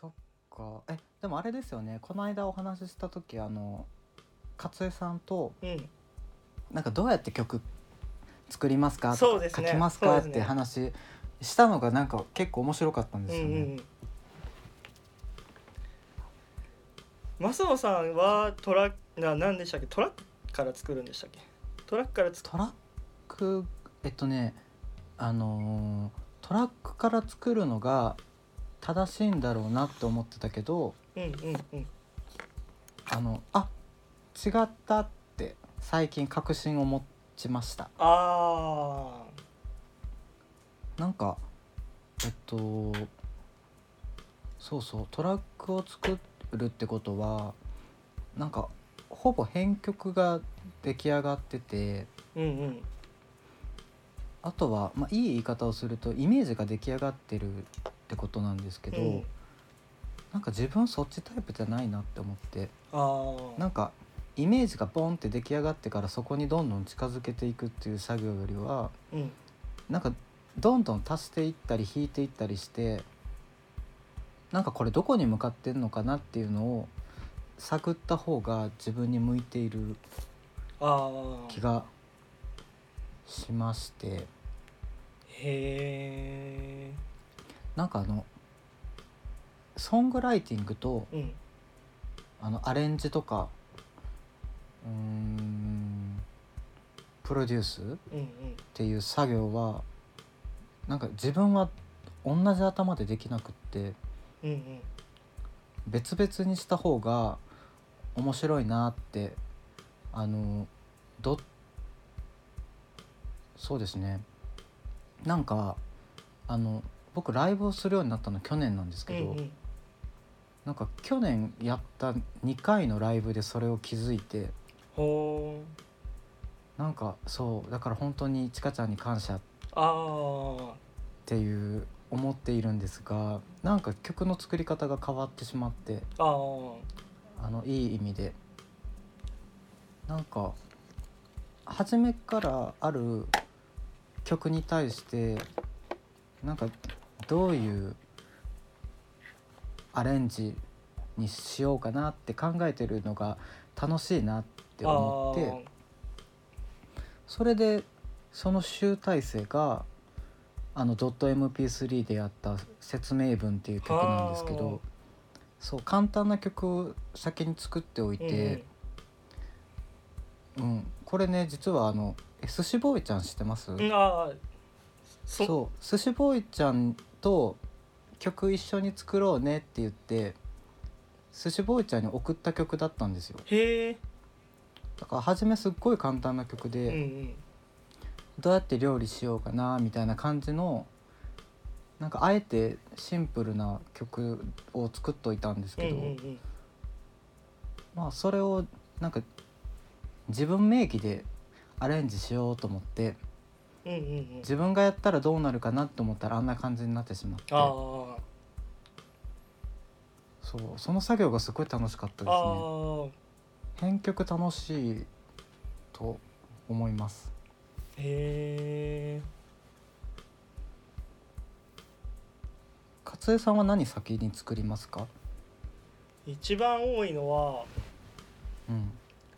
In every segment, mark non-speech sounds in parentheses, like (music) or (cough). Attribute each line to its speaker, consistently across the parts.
Speaker 1: そっかえでもあれですよねこの間お話しした時あの勝江さんと
Speaker 2: うん
Speaker 1: なんかどうやって曲作りますかとか
Speaker 2: そうです
Speaker 1: 書
Speaker 2: ね
Speaker 1: きます
Speaker 2: そう
Speaker 1: か
Speaker 2: で
Speaker 1: っ
Speaker 2: すね
Speaker 1: て話したのがなんか結構面白かったんで
Speaker 2: う
Speaker 1: す
Speaker 2: ん
Speaker 1: よね。
Speaker 2: うん増野さんはトラックな何でしたっけトラックから作るんでしたっけトラックから作
Speaker 1: トラックえっとねあのートラックから作るのが正しいんだろうなって思ってたけど
Speaker 2: うんうんうん
Speaker 1: あのあ違ったって最近確信を持ちました。
Speaker 2: ああ
Speaker 1: なんかえっとそうそうトラックを作るってことはなんかほぼ編曲が出来上がってて
Speaker 2: うんうん
Speaker 1: あとは、まあ、いい言い方をするとイメージが出来上がってるってことなんですけど、
Speaker 2: うん
Speaker 1: なんか自分そっちタイプじゃないなって思って
Speaker 2: ああ
Speaker 1: なんかイメージがボンって出来上がってからそこにどんどん近づけていくっていう作業よりは
Speaker 2: うん
Speaker 1: なんかどんどん足していったり引いていったりしてなんかこれどこに向かってんのかなっていうのを探った方が自分に向いている
Speaker 2: ああ
Speaker 1: 気がしまして
Speaker 2: へえ
Speaker 1: なんかあのソングライティングと
Speaker 2: うん
Speaker 1: あのアレンジとかうーんプロデュースっ
Speaker 2: うんうん
Speaker 1: ていう作業はなんか自分は同じ頭でできなくって。
Speaker 2: うんうん
Speaker 1: 別々にした方が面白いなってあのどそうですねなんかあの僕ライブをするようになったの去年なんですけど、
Speaker 2: うんうん
Speaker 1: なんか去年やった2回のライブでそれを気づいて
Speaker 2: ほう
Speaker 1: なんかそうだから本当にちかちゃんに感謝っ
Speaker 2: ああ
Speaker 1: ていう思っているんですがなんか曲の作り方が変わってしまって
Speaker 2: ああ
Speaker 1: あのいい意味でなんか初めからある曲に対してなんかどういうアレンジにしようかなって考えてるのが楽しいなって思ってそれでその集大成があの .mp3 でやった「説明文」っていう曲なんですけどそう簡単な曲を先に作っておい
Speaker 2: うんうん
Speaker 1: て、うんこれね実はあのえ寿司ボーイちゃん知ってます、
Speaker 2: うんああそ
Speaker 1: そう寿司ボーイちゃんと曲一緒に作ろうねって言って寿司ボーイちゃんに送った曲だったんですよ
Speaker 2: へえ
Speaker 1: だから初めすっごい簡単な曲で、
Speaker 2: うんうん
Speaker 1: どうやって料理しようかなみたいな感じのなんかあえてシンプルな曲を作っといたんです
Speaker 2: うん
Speaker 1: けど、
Speaker 2: うんうん
Speaker 1: まあそれをなんか自分名義でアレンジしようと思って
Speaker 2: うんうんうん
Speaker 1: 自分がやったらどうなるかなと思ったらあんな感じになってしまって
Speaker 2: あ
Speaker 1: そうその作業がすごい楽しかったです
Speaker 2: あ
Speaker 1: ね
Speaker 2: ああ
Speaker 1: 編曲楽しいと思います
Speaker 2: へえ
Speaker 1: 勝江さんは何先に作りますか
Speaker 2: 一番多いのは
Speaker 1: うん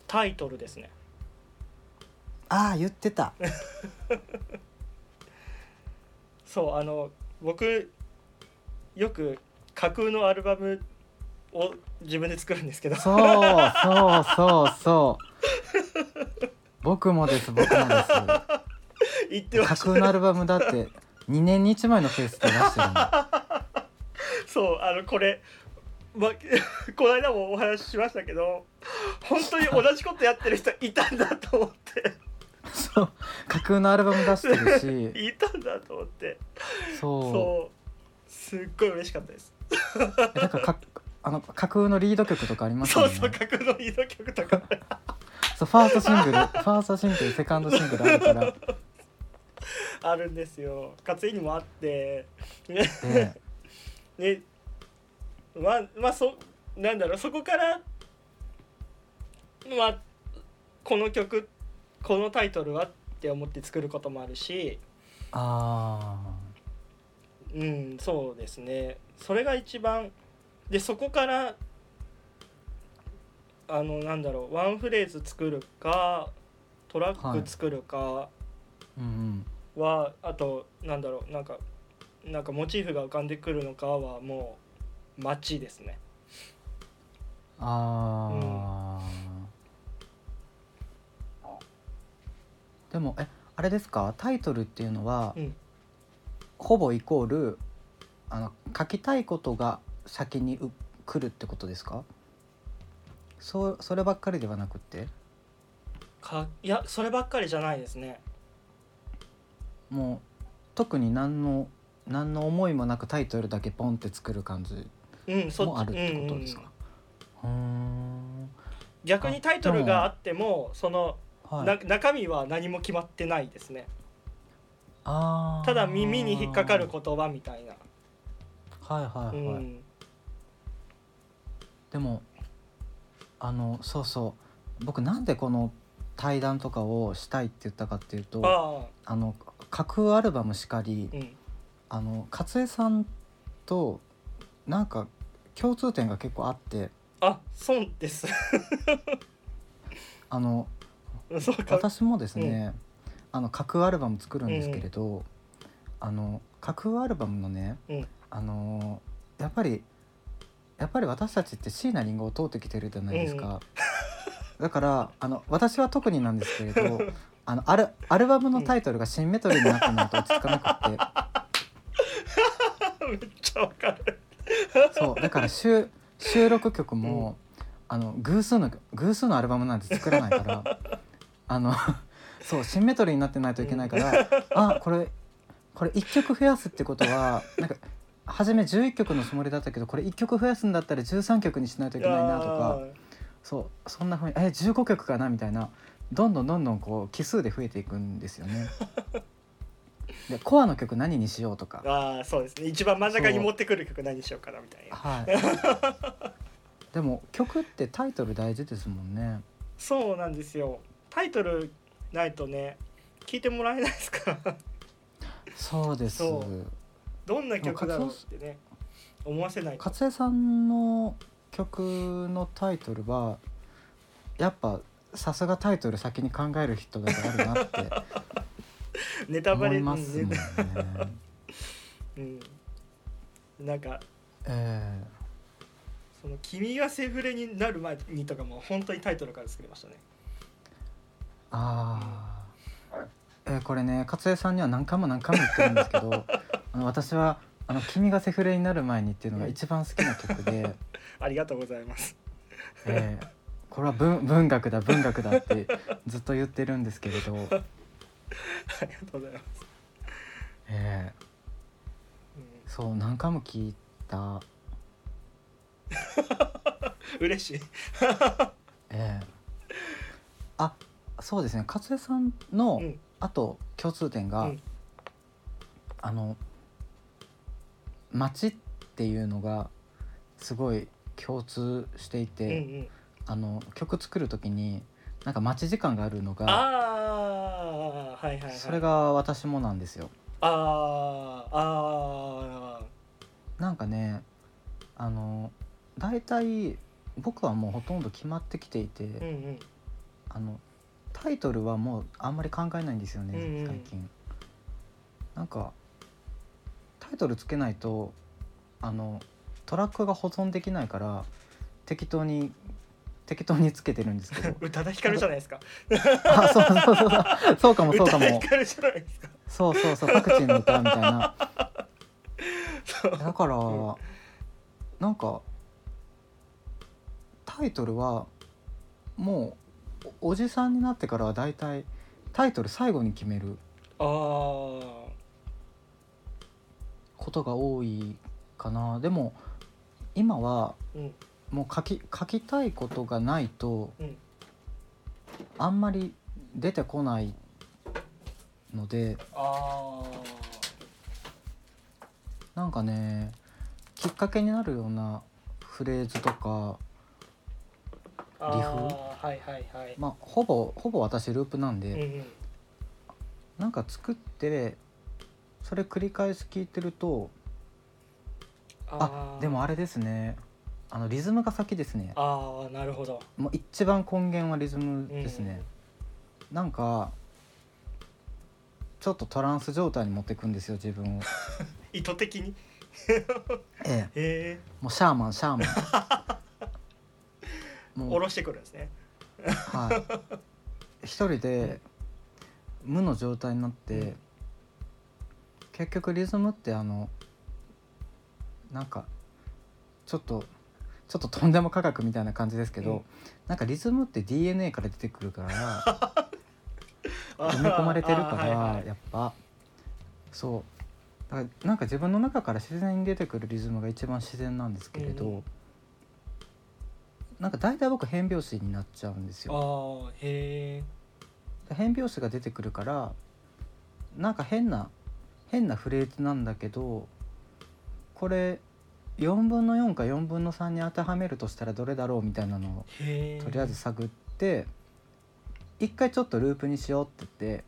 Speaker 2: タイトルですね
Speaker 1: ああ言ってた
Speaker 2: そうあの僕よく架空のアルバムを自分で作るんですけど (laughs)
Speaker 1: そうそうそうそう僕もです僕もです
Speaker 2: 言っては
Speaker 1: 架空のアルバムだって2年に1枚のペースで出してるの
Speaker 2: そうあのこれ、ま、この間もお話ししましたけど本当に同じことやってる人いたんだと思って。
Speaker 1: そう架空のアルバム出してる
Speaker 2: (laughs)
Speaker 1: し
Speaker 2: いたんだと思って
Speaker 1: そ
Speaker 2: そうすっごい嬉しかったです
Speaker 1: うえなんかかあの架空のリード曲とかあります
Speaker 2: そ
Speaker 1: よ
Speaker 2: う
Speaker 1: ね
Speaker 2: そう架空の移動曲とか
Speaker 1: そうファーストシングルファーストシングルセカンドシングルあるから
Speaker 2: あるんですよ勝井にもあって
Speaker 1: で
Speaker 2: ねまあまあそなんだろうそこからまあこの曲このタイトルはって思って作ることもあるし
Speaker 1: あ
Speaker 2: うんそうですねそれが一番でそこからあのなんだろうワンフレーズ作るかトラック作るか
Speaker 1: うん
Speaker 2: は、あとなんだろうなんかなんかモチーフが浮かんでくるのかはもう街ですね
Speaker 1: うんああ、でもえあれですかタイトルっていうのは、
Speaker 2: うん
Speaker 1: ほぼイコールあの書きたいことが先にう来るってことですかそうそればっかりではなくって
Speaker 2: かいやそればっかりじゃないですね
Speaker 1: もう特に何の何の思いもなくタイトルだけポンって作る感じ
Speaker 2: うんそっち
Speaker 1: もあるってことです
Speaker 2: うん
Speaker 1: か
Speaker 2: うん、
Speaker 1: うーん
Speaker 2: 逆にタイトルがあってもその、
Speaker 1: は、
Speaker 2: ない中身は何も決まってないですね
Speaker 1: あー
Speaker 2: ただ耳に引っかかる言葉みたいな、
Speaker 1: はいは
Speaker 2: う
Speaker 1: いはい、
Speaker 2: ん、
Speaker 1: でもあのそうそう僕なんでこの対談とかをしたいって言ったかっていうとあ
Speaker 2: あ
Speaker 1: の各アルバムしかり
Speaker 2: あうん
Speaker 1: あの勝江さんとなんか共通点が結構あって
Speaker 2: あそうです (laughs)
Speaker 1: あの
Speaker 2: そう
Speaker 1: (laughs)
Speaker 2: か
Speaker 1: 私もですね、あの架空アルバム作るんですけれど、あの架空アルバムのね、
Speaker 2: うん
Speaker 1: あのやっぱりやっぱり私たちって椎名林檎を通ってきてるじゃないですか、 (laughs) だからあの私は特になんですけれ
Speaker 2: (laughs)
Speaker 1: どあのアルアルバムのタイトルが「シンメトリー」になってないと落ち着かなくって。
Speaker 2: (laughs) めっちゃわか
Speaker 1: (laughs)
Speaker 2: る
Speaker 1: そうだから収収録曲も、あの偶数の偶数のアルバムなんて作らないからあのそうシンメトリーになってないといけないから、あこれこれ1曲増やすってことはなんか初め11曲のつもりだったけどこれ1曲増やすんだったら13曲にしないといけないなとかそうそんなふうにえ15曲かなみたいなどんどんどんどんこう奇数で増えていくんですよね。でコアの曲何にしようとか
Speaker 2: あーあーそうですね一番真ん中に持ってくる曲何しようかなみたいな
Speaker 1: はい。 (laughs) でも曲ってタイトル大事ですもんね。
Speaker 2: そうなんですよタイトルないとね聞いてもらえないですから (laughs)
Speaker 1: そうです。
Speaker 2: そうどんな曲だろうってね思わせない
Speaker 1: 勝江さんの曲のタイトルはやっぱさすがタイトル先に考える人だからあるなって (laughs)
Speaker 2: ネタ
Speaker 1: 思
Speaker 2: バレ
Speaker 1: いますもん
Speaker 2: ネ
Speaker 1: ね
Speaker 2: タ。うんなんか
Speaker 1: え
Speaker 2: その「君がセフレになる前に」とかも本当にタイトルから作りましたね
Speaker 1: ー、あーえーこれね勝江さんには何回も何回も言ってるんですけどあの私はあの「君がセフレになる前に」っていうのが一番好きな曲で。
Speaker 2: ありがとうございます (laughs)
Speaker 1: ええこれは文文学だ文学だってずっと言ってるんですけれど、
Speaker 2: ありがとうございます、
Speaker 1: ええ
Speaker 2: う
Speaker 1: そう何回も聞いた、
Speaker 2: ん、嬉しい
Speaker 1: ええあそうですね勝江さんの、
Speaker 2: うん
Speaker 1: あと共通点が、
Speaker 2: うん
Speaker 1: あの街っていうのがすごい共通してい
Speaker 2: うんう
Speaker 1: て、
Speaker 2: ん
Speaker 1: あの曲作る時になんか待ち時間があるのが
Speaker 2: ああーはいはいはい
Speaker 1: それが私もなんですよ。
Speaker 2: あーあ
Speaker 1: なんかねあの大体僕はもうほとんど決まってきていて、
Speaker 2: ーうんうん (laughs)
Speaker 1: あのタイトルはもうあんまり考えないんですよね、
Speaker 2: うんうん
Speaker 1: 最近。なんかタイトルつけないとあのトラックが保存できないから適当に適当につけてるんですけ
Speaker 2: (laughs)
Speaker 1: ど
Speaker 2: 宇多田ヒカルじゃないですか
Speaker 1: あそうそうそうそうそうかも
Speaker 2: 宇
Speaker 1: そ
Speaker 2: 多
Speaker 1: うか
Speaker 2: 田
Speaker 1: も
Speaker 2: ヒカルじゃないですか
Speaker 1: そうそうそうパクチーの歌みたいな
Speaker 2: そう
Speaker 1: だから、
Speaker 2: うん
Speaker 1: なんかタイトルはもうおおじさんになってからは大体タイトル最後に決める
Speaker 2: ああ
Speaker 1: ことが多いかなでも今は
Speaker 2: うん
Speaker 1: もう書き書きたいことがないと
Speaker 2: うん
Speaker 1: あんまり出てこないので
Speaker 2: あ
Speaker 1: なんかねきっかけになるようなフレーズとか
Speaker 2: ーあー
Speaker 1: リフ
Speaker 2: はいはいはい、
Speaker 1: まあほぼほぼ私ループなんで。
Speaker 2: うんうん
Speaker 1: なんか作ってそれ繰り返し聞いてるとあ
Speaker 2: ー
Speaker 1: でもあれですねあのリズムが先ですね
Speaker 2: ああなるほど
Speaker 1: もう一番根源はリズムですね、なんかちょっとトランス状態に持っていくんですよ自分を
Speaker 2: 意図的に
Speaker 1: ええ
Speaker 2: へ
Speaker 1: もうシャーマンシャーマン
Speaker 2: え (laughs)
Speaker 1: も
Speaker 2: 下
Speaker 1: う、
Speaker 2: ろしてくるんですね
Speaker 1: はい、一人で無の状態になって、
Speaker 2: うん
Speaker 1: 結局リズムってあのなんかちょっとちょっととんでも科学みたいな感じですけど、
Speaker 2: うん
Speaker 1: なんかリズムって DNA から出てくるから
Speaker 2: (laughs)
Speaker 1: 埋
Speaker 2: 埋
Speaker 1: め込まれてるから、
Speaker 2: はいはい
Speaker 1: やっぱそうだからなんか自分の中から自然に出てくるリズムが一番自然なんですけれど、
Speaker 2: うん
Speaker 1: なんか大体僕変拍子になっちゃうんですよ。
Speaker 2: ああへえ
Speaker 1: で変拍子が出てくるからなんか変な変なフレーズなんだけどこれ4分の4か4分の3に当てはめるとしたらどれだろうみたいなの
Speaker 2: へえ
Speaker 1: をとりあえず探って一回ちょっとループにしようって言って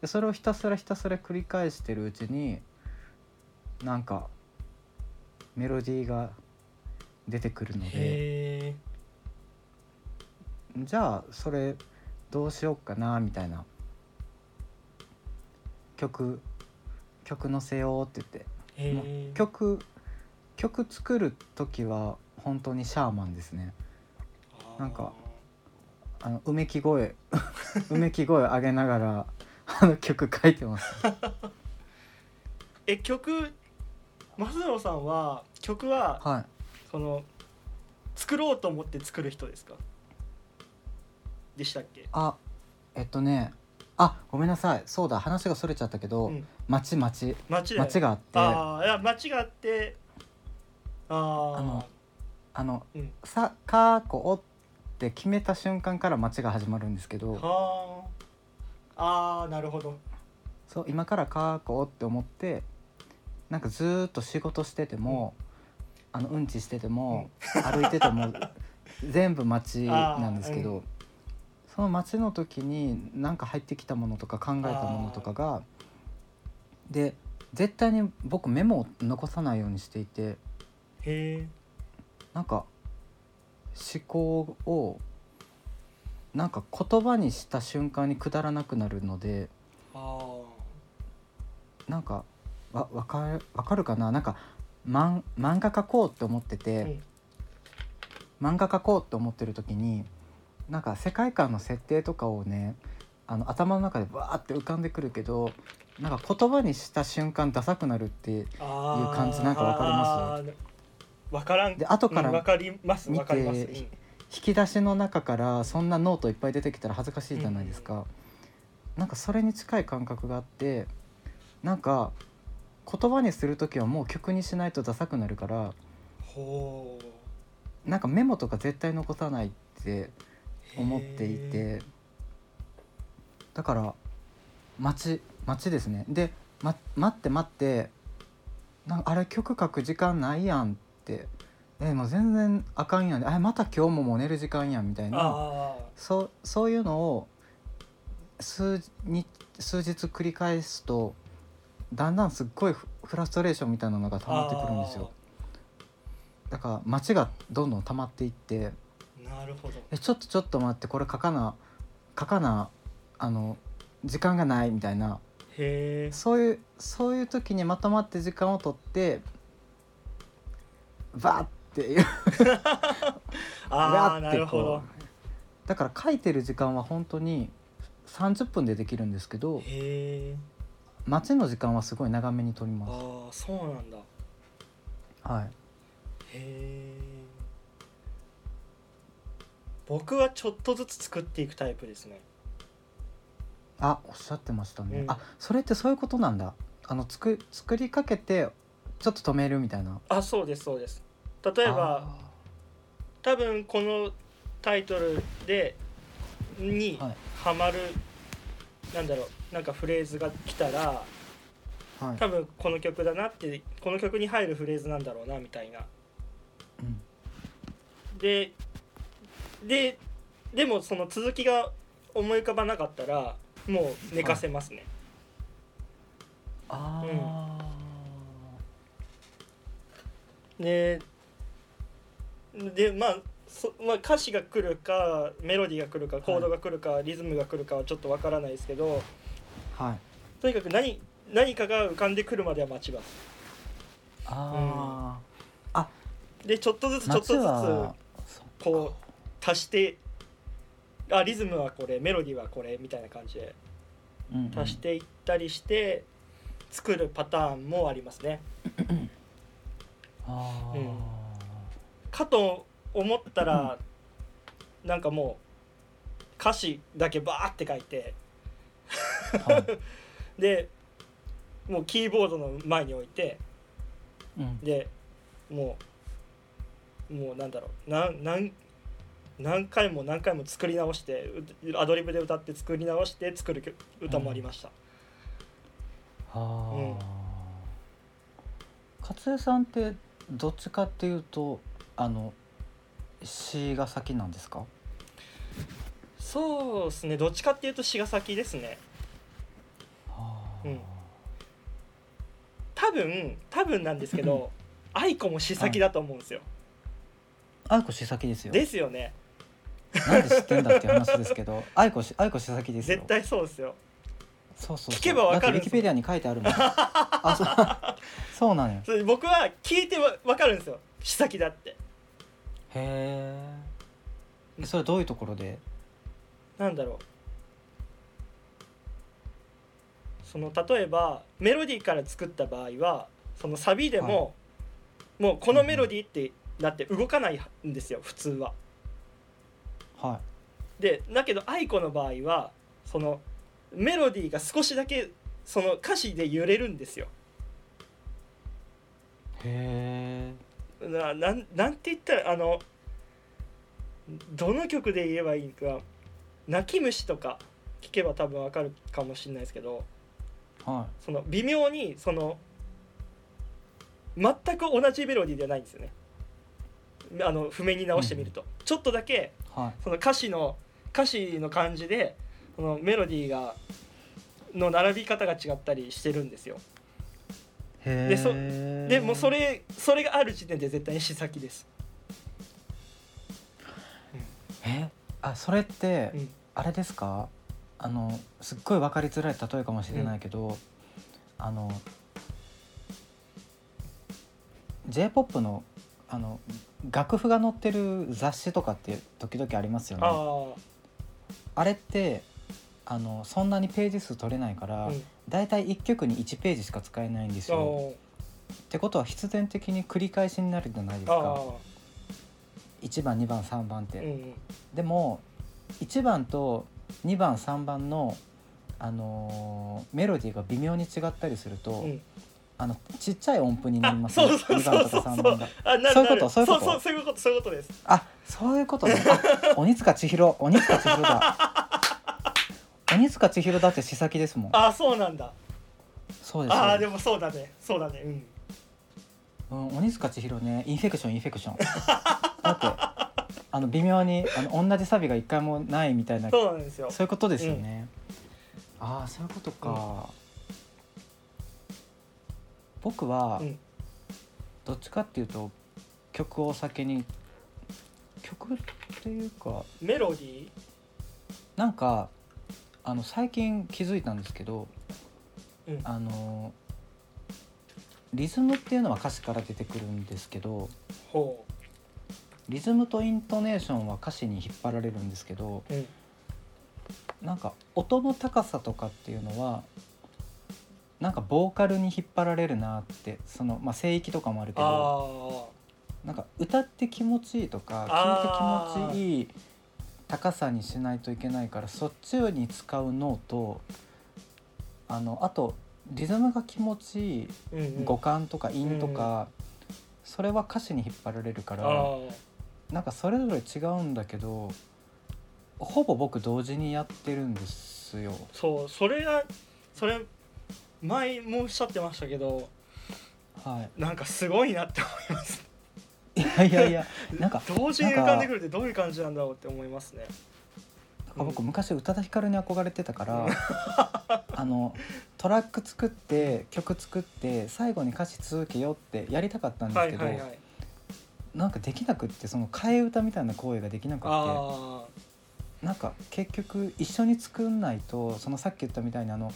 Speaker 1: でそれをひたすらひたすら繰り返してるうちになんかメロディーが出てくるので
Speaker 2: へえ
Speaker 1: じゃあそれどうしようかなみたいな曲曲のせようって言っ
Speaker 2: へ
Speaker 1: ても
Speaker 2: え
Speaker 1: う曲曲作る時は本当にシャーマンですねなんかあのうめき声うめき声上げながらあの曲書いてます
Speaker 2: え曲松野さんは曲は
Speaker 1: はい
Speaker 2: その作ろうと思って作る人ですかでしたっけ
Speaker 1: あえっとねあごめんなさいそうだ話がそれちゃったけど、
Speaker 2: うん
Speaker 1: 町町
Speaker 2: 町で
Speaker 1: 町があってあ
Speaker 2: ああいや町があってああ
Speaker 1: あのの
Speaker 2: うん
Speaker 1: 「さかーこお」って決めた瞬間から町が始まるんですけど
Speaker 2: はああーなるほど
Speaker 1: そう今から書こうって思ってなんかずーっと仕事してても、あのうんちしてても、歩いてても全部街なんですけど、
Speaker 2: あーう
Speaker 1: その街の時に何か入ってきたものとか考えたものとかがで絶対に僕メモを残さないようにしていて
Speaker 2: へえ
Speaker 1: なんか思考をなんか言葉にした瞬間にくだらなくなるので。
Speaker 2: あ
Speaker 1: なんかわわかるわかるかななんか漫漫画描こうって思って
Speaker 2: あ、
Speaker 1: て、
Speaker 2: うん、
Speaker 1: 漫画描こうって思ってる時になんか世界観の設定とかをねあの頭の中でバーって浮かんでくるけどなんか言葉にした瞬間ダサくなるって
Speaker 2: あ
Speaker 1: いう感じなんかわかります
Speaker 2: わからん
Speaker 1: で後か
Speaker 2: うんわ
Speaker 1: ら
Speaker 2: かります
Speaker 1: 見て
Speaker 2: わかります、うん
Speaker 1: 引き出しの中からそんなノートいっぱい出てきたら恥ずかしいじゃないですか、なんかそれに近い感覚があってなんか言葉にする時はもう曲にしないとダサくなるから
Speaker 2: ほう
Speaker 1: なんかメモとか絶対残さないって
Speaker 2: へー
Speaker 1: 思っていてだから待ち待ちですねで、ま、待って待ってなんかあれ曲書く時間ないやんってえもう全然あかんやんあれまた今日ももう寝る時間やんみたいな
Speaker 2: あ
Speaker 1: そうそういうのを数日数日繰り返すとだんだんすっごいフフラストレーションみたいなのが
Speaker 2: あ
Speaker 1: 溜まってくるんですよだから街がどんどん溜まっていって
Speaker 2: あーなるほど
Speaker 1: えちょっとちょっと待ってこれ書かな書かなあの時間がないみたいな
Speaker 2: へえ
Speaker 1: そういうそういう時にまとまって時間を取ってバーっていう (laughs)
Speaker 2: あ
Speaker 1: わ
Speaker 2: あ
Speaker 1: ーっ
Speaker 2: な
Speaker 1: て
Speaker 2: るほど
Speaker 1: こうだから書いてる時間は本当に30分でできるんですけど
Speaker 2: へえ
Speaker 1: 待ちの時間はすごい長めに取ります。
Speaker 2: ああそうなんだへ
Speaker 1: はい、
Speaker 2: え僕はちょっとずつ作っていくタイプですね
Speaker 1: あおっしゃってましたね、
Speaker 2: うん
Speaker 1: あそれってそういうことなんだあのつく作りかけてちょっと止めるみたいな
Speaker 2: あそうですそうです例えば多分このタイトルでに
Speaker 1: はい
Speaker 2: ハマる、なんだろうなんかフレーズが来たら
Speaker 1: あーはい、
Speaker 2: 多分この曲だなってこの曲に入るフレーズなんだろうなみたいな
Speaker 1: うん
Speaker 2: でででもその続きが思い浮かばなかったらもう寝かせますね、
Speaker 1: あ
Speaker 2: ででまあそまあ、歌詞が来るかメロディーが来るかコードが来るか、リズムが来るかはちょっとわからないですけど
Speaker 1: はい
Speaker 2: とにかく何何かが浮かんでくるまでは待ちま
Speaker 1: あ
Speaker 2: すでちょっとずつ
Speaker 1: ー、
Speaker 2: ち
Speaker 1: 夏
Speaker 2: ょっと
Speaker 1: は
Speaker 2: ずつこう足してあリズムはこれメロディーはこれみたいな感じで
Speaker 1: うんうん
Speaker 2: 足していったりして作るパターンもありますね。
Speaker 1: あー、
Speaker 2: うんかと思ったら、なんかもう歌詞だけバーって書いて
Speaker 1: はい
Speaker 2: でもうキーボードの前に置いて (laughs)
Speaker 1: うん
Speaker 2: でもうもうなんだろうなんなん何回も何回も作り直してうアドリブで歌って作り直して作る曲歌もありました、
Speaker 1: あ
Speaker 2: う
Speaker 1: ー勝江さんってどっちかっていうとあの詩が先なんですか
Speaker 2: そうですねどっちかっていうと茅ヶ崎ですね
Speaker 1: あー
Speaker 2: うん多分多分なんですけど愛子も詩先だと思うんですよ、
Speaker 1: 愛子詩先ですよ
Speaker 2: ですよね
Speaker 1: (laughs) なんで知ってんだっていう話ですけ
Speaker 2: (laughs)
Speaker 1: ど愛子し愛子詩先ですよ
Speaker 2: 絶対そうですよ
Speaker 1: そうそうそう
Speaker 2: 聞けばわかる
Speaker 1: だってウィキペディアに書いてあ
Speaker 2: (laughs)
Speaker 1: るもんあ (laughs) そうそうなのよ
Speaker 2: それ僕は聞いてわ分かるんですよ詩先だって
Speaker 1: へえそれどういうところで
Speaker 2: なんだろうその例えばメロディーから作った場合はそのサビでも、もうこのメロディーってだって動かないんですよ普通は。
Speaker 1: は
Speaker 2: でだけど愛子の場合はそのメロディーが少しだけその歌詞で揺れるんですよ。
Speaker 1: いへえ
Speaker 2: ななんなんて言ったらあのどの曲で言えばいいか「泣き虫」とか聞けば多分わかるかもしれないですけど。
Speaker 1: は
Speaker 2: その微妙にその全く同じメロディーではないんですよねあの譜面に直してみると、ちょっとだけ
Speaker 1: いはい
Speaker 2: その歌詞の歌詞の感じでそのメロディーがの並び方が違ったりしてるんですよ
Speaker 1: へえ
Speaker 2: でそでもうそれそれがある時点で絶対に詩先です、
Speaker 1: えあそれって、
Speaker 2: うん
Speaker 1: あれですかあのすっごい分かりづらい例えかもしれないけど、あの j p o p のあの楽譜が載ってる雑誌とかって時々ありますよね。
Speaker 2: あ
Speaker 1: あれってあのそんなにページ数取れないか
Speaker 2: あ、
Speaker 1: ら、
Speaker 2: うん
Speaker 1: だいたい1曲に1ページしか使えないんです
Speaker 2: あ
Speaker 1: よ。
Speaker 2: ー
Speaker 1: ってことは必然的に繰り返しになるじゃないです
Speaker 2: あ
Speaker 1: か1番2番3番って。
Speaker 2: ー、うん
Speaker 1: でも1番と2番3番の、あのーメロディーが微妙に違ったりすると、
Speaker 2: うん、
Speaker 1: あのちっちゃい音符にな
Speaker 2: あ
Speaker 1: ります
Speaker 2: そうそう
Speaker 1: 2
Speaker 2: そ
Speaker 1: 番
Speaker 2: う
Speaker 1: と
Speaker 2: そ
Speaker 1: か
Speaker 2: うそ
Speaker 1: 3
Speaker 2: う
Speaker 1: 番が。
Speaker 2: あなるなる
Speaker 1: そういうこと
Speaker 2: そうそういうことそういうことです
Speaker 1: あそういうことね。あ鬼塚千尋鬼塚千尋
Speaker 2: (laughs)
Speaker 1: だ。鬼塚千尋だって詩先ですもん。
Speaker 2: ああそうなんだ
Speaker 1: そうです
Speaker 2: あ
Speaker 1: そ
Speaker 2: あ
Speaker 1: うで
Speaker 2: ですもそうだねそうだねうん
Speaker 1: うん、鬼塚千尋ねインフェクションインフェクション。だってあの微妙にあの同じサビが一回もないみたいな
Speaker 2: そうなんですよ
Speaker 1: そういうことですよね。ああ、そういうことか。僕は
Speaker 2: うん
Speaker 1: どっちかっていうと曲を先に曲っていうか
Speaker 2: メロディー
Speaker 1: なんかあの最近気づいたんですけど、
Speaker 2: うん
Speaker 1: あのリズムっていうのは歌詞から出てくるんですけど
Speaker 2: ほ
Speaker 1: リズムとイントネーションは歌詞に引っ張られるんですけど
Speaker 2: う、うん、
Speaker 1: なんか音の高さとかっていうのはなんかボーカルに引っ張られるなってその、まあ、声域とかもあるけど
Speaker 2: あ
Speaker 1: なんか歌って気持ちいいとか
Speaker 2: あー
Speaker 1: 聴いて気持ちいい高さにしないといけないからそっちに使う脳とあのあとリズムが気持ちいい
Speaker 2: あうんうん
Speaker 1: 五感とか韻とか、それは歌詞に引っ張られるか
Speaker 2: あ
Speaker 1: ら。
Speaker 2: ー
Speaker 1: なんかそれぞれ違うんだけどほぼ僕同時にやってるんですよ。
Speaker 2: そうそれがそれ前もおっしゃってましたけど
Speaker 1: は
Speaker 2: なんかすごいなって
Speaker 1: (laughs) い、いやいや
Speaker 2: (laughs)
Speaker 1: いやなんか
Speaker 2: 同時に浮かんでくるってどういう感じなんだろうって思いますね
Speaker 1: なんか僕昔宇多田ヒカルに憧れてたから
Speaker 2: (laughs)
Speaker 1: あのトラック作って曲作って最後に歌詞続けよってやりたかったんで
Speaker 2: は
Speaker 1: すけ
Speaker 2: い
Speaker 1: ど、
Speaker 2: はいはい
Speaker 1: なんかできなくってその替え歌みたいな声ができなくっ
Speaker 2: あ
Speaker 1: てなんか結局一緒に作んないとそのさっき言ったみたいにあの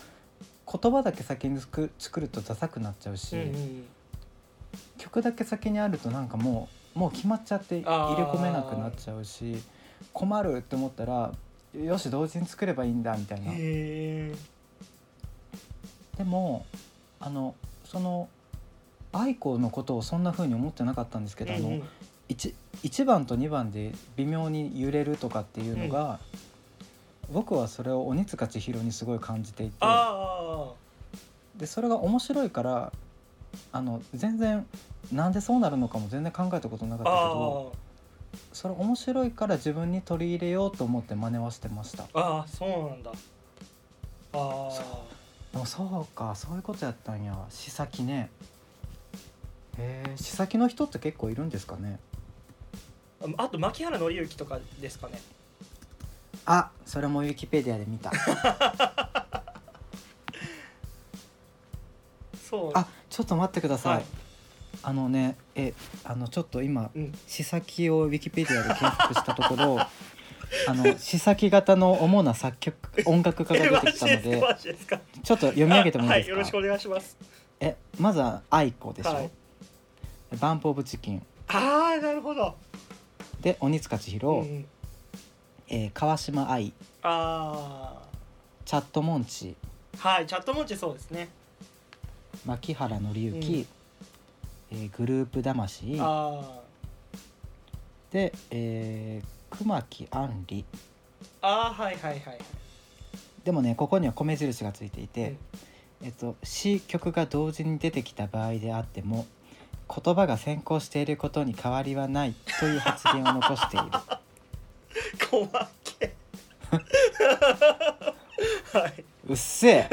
Speaker 1: 言葉だけ先に作作るとダサくなっちゃうし、
Speaker 2: ーうんうん
Speaker 1: 曲だけ先にあるとなんかもうもう決まっちゃって
Speaker 2: あー
Speaker 1: 入れ込めなくなっちゃうし困るって思ったらよし同時に作ればいいんだみたいな。
Speaker 2: へえ
Speaker 1: でもあのその愛子のことをそんな風に思ってなかったんですけど、あの 1, 1番と2番で微妙に揺れるとかっていうのが、僕はそれを鬼塚千尋にすごい感じていて
Speaker 2: あ
Speaker 1: でそれが面白いからあの全然なんでそうなるのかも全然考えたことなか
Speaker 2: あ
Speaker 1: っ
Speaker 2: あ
Speaker 1: たけど
Speaker 2: あ
Speaker 1: それ面白いから自分に取り入れようと思って真似はしてました
Speaker 2: ああそうなんだあ
Speaker 1: そ
Speaker 2: あ
Speaker 1: でもそうかそういうことやったんや試先ねへえ試先の人って結構いるんですかね
Speaker 2: あと牧原紀之とかですかね
Speaker 1: あそれもウィキペディアで見た
Speaker 2: そう
Speaker 1: あちょっと待ってください、
Speaker 2: はい
Speaker 1: あのねえあのちょっと今
Speaker 2: うん
Speaker 1: 試先をウィキペディアで検索したところ (laughs) あの試先型の主な作曲音楽家
Speaker 2: え
Speaker 1: が
Speaker 2: (laughs) マ
Speaker 1: 出てき
Speaker 2: ジ
Speaker 1: た
Speaker 2: で
Speaker 1: の
Speaker 2: すか
Speaker 1: で
Speaker 2: マジですか
Speaker 1: ちょっと読み上げてもいいですか、
Speaker 2: あはいよろしくお願いします
Speaker 1: えまずは愛子でしょ、
Speaker 2: はい
Speaker 1: バンプ・オブ・チキン
Speaker 2: ああなるほど
Speaker 1: で鬼塚千尋、
Speaker 2: うんうん
Speaker 1: えー川島愛
Speaker 2: あ
Speaker 1: チャット・モンチ
Speaker 2: あはいチャットモンチそうですね
Speaker 1: 牧原紀之、えーグループ魂
Speaker 2: あ
Speaker 1: で、えー、熊木杏里
Speaker 2: あああはいはいはい
Speaker 1: でもねここには米印がついていて、
Speaker 2: うん
Speaker 1: えっと、詩曲が同時に出てきた場合であっても言葉が先行していることに変わりはないという発言を残
Speaker 2: (laughs)
Speaker 1: している
Speaker 2: 細けはいう
Speaker 1: っせえ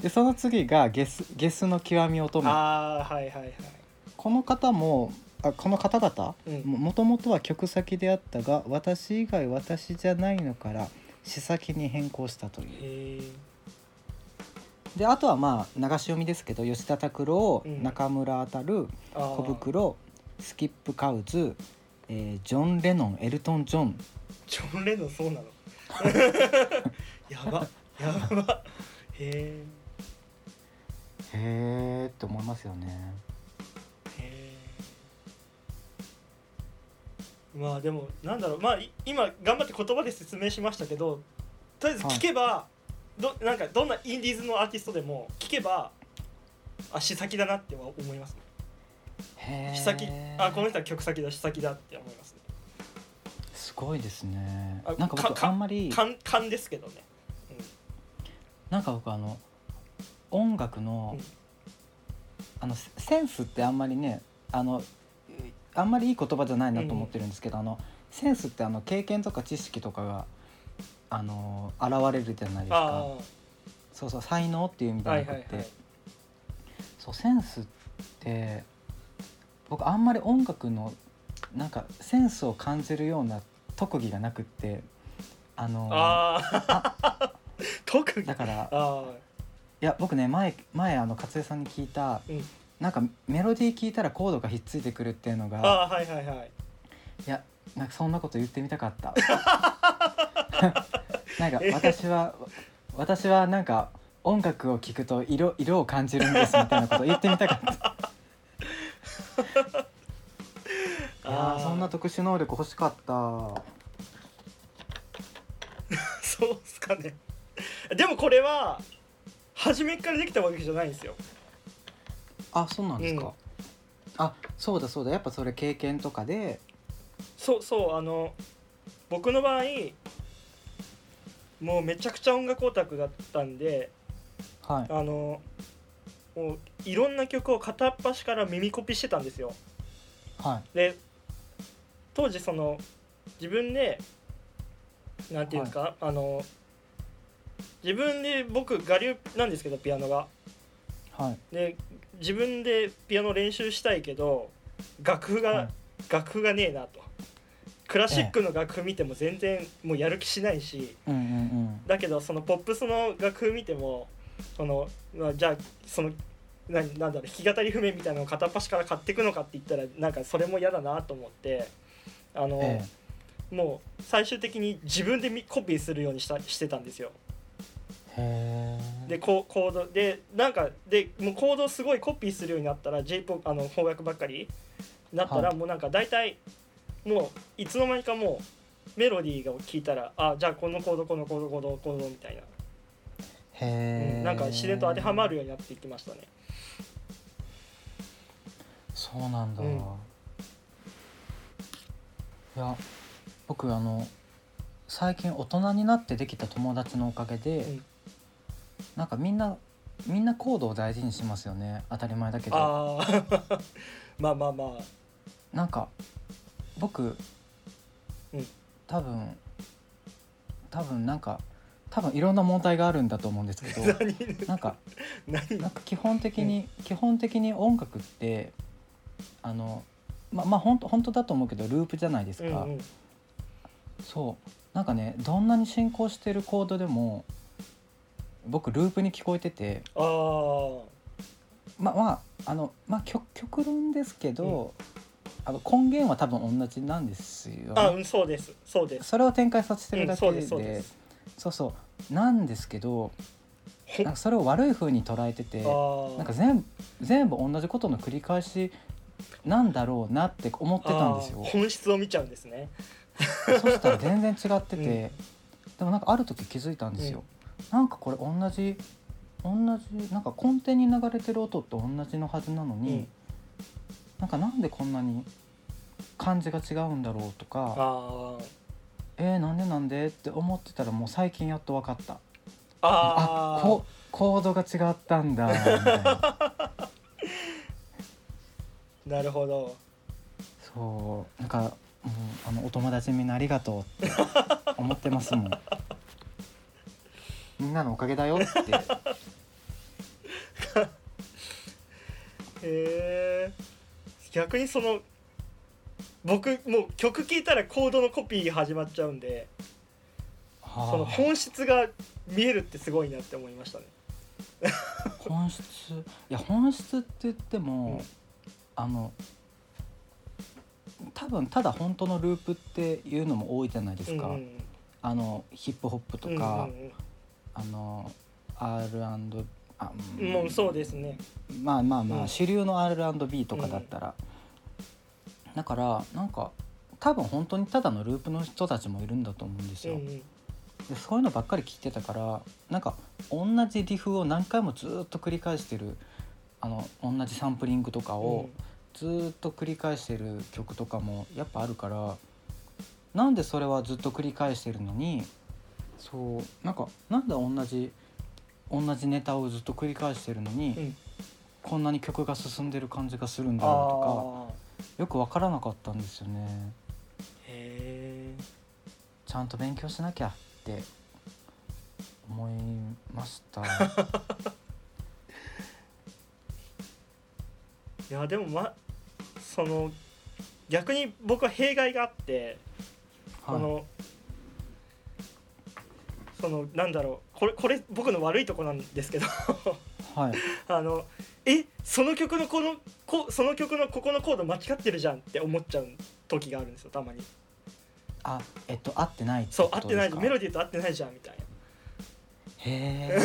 Speaker 1: でその次がゲス「ゲスの極み乙女
Speaker 2: ああはいはいはい」
Speaker 1: この方もあこの方々
Speaker 2: うん
Speaker 1: ももともとは曲先であったが私以外私じゃないのから詩先に変更したという。
Speaker 2: へえ
Speaker 1: であとはまあ流し読みですけど吉田拓郎、
Speaker 2: うん
Speaker 1: 中村当たる
Speaker 2: あー
Speaker 1: 小袋スキップ・カウズ、えージョン・レノンエルトン・ジョン
Speaker 2: ジョン・レノンそうなの (laughs) やばやばへえ
Speaker 1: へえって思いますよね
Speaker 2: へーまあでもなんだろうまあい今頑張って言葉で説明しましたけどとりあえず聞けば、どなんかどんなインディーズのアーティストでも聞けばあ詩先だなっては思いますね
Speaker 1: へえ
Speaker 2: 詩先あこの人は曲先だ詩先だって思いますね
Speaker 1: すごいですね
Speaker 2: あ
Speaker 1: なんか
Speaker 2: か
Speaker 1: 僕
Speaker 2: か
Speaker 1: あんまり
Speaker 2: 勘勘ですけどね、
Speaker 1: なんか僕あの音楽の,、
Speaker 2: うん
Speaker 1: あのセセンスってあんまりねあのあんまりいい言葉じゃないなと思ってるんですけど、あのセンスってあの経験とか知識とかがあの現れるじゃないですか
Speaker 2: あ
Speaker 1: そうそう才能っていう意味
Speaker 2: あ
Speaker 1: じゃ
Speaker 2: は
Speaker 1: ないくて、
Speaker 2: はいはい
Speaker 1: そうセンスって僕あんまり音楽のなんかセンスを感じるような特技がなくってあの
Speaker 2: ああ (laughs) 特に
Speaker 1: だ
Speaker 2: あ
Speaker 1: から
Speaker 2: あ
Speaker 1: いや僕ね前前あの勝江さんに聞いた
Speaker 2: ー、うん、
Speaker 1: なんかメロディー聞いたらコードがひっついてくるっていうのが
Speaker 2: あーはいはいはい
Speaker 1: いやなんかそんなこと言ってみたかった (laughs) なんか私は私はなんか音楽を聴くと色色を感じるんですみたいなことを言ってみたかったいや
Speaker 2: (laughs) あ
Speaker 1: ー
Speaker 2: ー
Speaker 1: そんな特殊能力欲しかった
Speaker 2: (laughs) そうっすかねでもこれは初めっからできたわけじゃないんですよ
Speaker 1: あそうなんですか、
Speaker 2: うん
Speaker 1: あそうだそうだやっぱそれ経験とかで
Speaker 2: そうそうあの僕の場合もうめちゃくちゃ音楽オタクだったんで
Speaker 1: はい
Speaker 2: あのもういろんな曲を片っ端から耳コピしてたんですよ
Speaker 1: は
Speaker 2: で当時その自分でなんていうんですか、あの自分で僕我流なんですけどピアノが
Speaker 1: いはい
Speaker 2: で自分でピアノ練習したいけど楽譜が、
Speaker 1: はい
Speaker 2: 楽譜がねえなとクラシックの楽譜見ても全然もうやる気しないし
Speaker 1: うんうん
Speaker 2: だけどそのポップスの楽譜見てもその、まあ、じゃあその何なんだろう弾き語り譜面みたいなのを片っ端から買っていくのかって言ったらなんかそれも嫌だなと思ってあの、
Speaker 1: え
Speaker 2: もう最終的に自分でみコピーするようにしたしてたんですよ。
Speaker 1: えへえ
Speaker 2: でこうコードでなんかでもうコードをすごいコピーするようになったら J ポあの翻訳ばっかりになったら、
Speaker 1: はい
Speaker 2: もうなんか大体もういつの間にかもうメロディーを聞いたらあじゃあこのコードこのコードこのコードみたいな、
Speaker 1: へ
Speaker 2: う
Speaker 1: え
Speaker 2: んなんか自然と当てはまるようになっていきましたね。
Speaker 1: そうなんだ、
Speaker 2: うん
Speaker 1: いや僕あの最近大人になってできた友達のおかげで、
Speaker 2: うん
Speaker 1: なんかみんなみんなコードを大事にしますよね当たり前だけど
Speaker 2: あー (laughs) まあまあまあ
Speaker 1: なんか僕、
Speaker 2: うん
Speaker 1: 多分多分なんか多分いろんな問題があるんだと思うんですけ
Speaker 2: (laughs)
Speaker 1: ど
Speaker 2: 何
Speaker 1: なんか
Speaker 2: 何
Speaker 1: なんか基本的に、基本的に音楽ってあのままあ本当本当だと思うけどループじゃないです
Speaker 2: うん
Speaker 1: か、
Speaker 2: うん
Speaker 1: そうなんかねどんなに進行してるコードでも僕ループに聞こえてて
Speaker 2: あー
Speaker 1: まあまああのまあ極極論ですけど、あの根源は多分同じなんですよ、
Speaker 2: あうんそうですそうです。
Speaker 1: それを展開させて
Speaker 2: う
Speaker 1: る
Speaker 2: ん
Speaker 1: だ
Speaker 2: そ
Speaker 1: け
Speaker 2: う
Speaker 1: で,、
Speaker 2: です
Speaker 1: そ
Speaker 2: そ
Speaker 1: う
Speaker 2: うです。
Speaker 1: そうなんですけど
Speaker 2: ほ
Speaker 1: なんかそれを悪い風に捉えてて
Speaker 2: あ
Speaker 1: なんか
Speaker 2: ー
Speaker 1: 全部全部同じことの繰り返しなんだろうなって思ってたんですよ
Speaker 2: あー本質を見ちゃうんですね。
Speaker 1: そしたら全然違ってて、
Speaker 2: うん
Speaker 1: でもなんかある時気づいたんですよ、なんかこれ同じ同じなんか根底に流れてる音って同じのはずなのに、
Speaker 2: うん
Speaker 1: なんかなんでこんなに感じが違うんだろうとか
Speaker 2: あー
Speaker 1: えー、なんでなんでって思ってたらもう最近やっと分かった
Speaker 2: あ
Speaker 1: あ
Speaker 2: ー
Speaker 1: こコードが違ったんだみたいな
Speaker 2: なるほど
Speaker 1: そうなんか、うん、あのお友達みんなありがとうって思ってますもんみんなのおかげだよ (laughs) って
Speaker 2: へえ逆にその僕もう曲聴いたらコードのコピー始まっちゃうんで
Speaker 1: はあ
Speaker 2: その本質が見えるってすごいなって思いましたね
Speaker 1: 本質いや本質って言っても、
Speaker 2: うん
Speaker 1: あの多分ただ本当のループっていうのも多いじゃないですか、
Speaker 2: うんうん
Speaker 1: あのヒップホップとか、
Speaker 2: うん
Speaker 1: あの R&B あ
Speaker 2: うんうんもうそうですね
Speaker 1: まあまあまあ、
Speaker 2: うん
Speaker 1: 主流の R&B とかだったら、だからなんか多分本当にただのループの人たちもいるんだと思うんです
Speaker 2: うん
Speaker 1: よ、
Speaker 2: う
Speaker 1: で
Speaker 2: ん
Speaker 1: そういうのばっかり聞いてたからなんか同じリフを何回もずっと繰り返してるあの同じサンプリングとかをずっと繰り返してる曲とかもやっぱあるからなんでそれはずっと繰り返してるのにそうなんかなんで同じ同じネタをずっと繰り返してるのに、
Speaker 2: うん
Speaker 1: こんなに曲が進んでる感じがするんだろ
Speaker 2: ああ
Speaker 1: うとかよく分からなかったんですよね
Speaker 2: へえ
Speaker 1: ちゃんと勉強しなきゃって思いました
Speaker 2: (laughs) いやでもまその逆に僕は弊害があってこ
Speaker 1: はい
Speaker 2: のそのなんだろうこれこれ僕の悪いとこなんですけど (laughs)
Speaker 1: はい
Speaker 2: あのえその曲のこのこその曲のここのコード間違ってるじゃんって思っちゃう時があるんですよたまに
Speaker 1: あえっと合ってないって
Speaker 2: そう
Speaker 1: こ
Speaker 2: 合っ
Speaker 1: と
Speaker 2: てない
Speaker 1: ですか
Speaker 2: メロディーと合ってないじゃんみたいな
Speaker 1: へ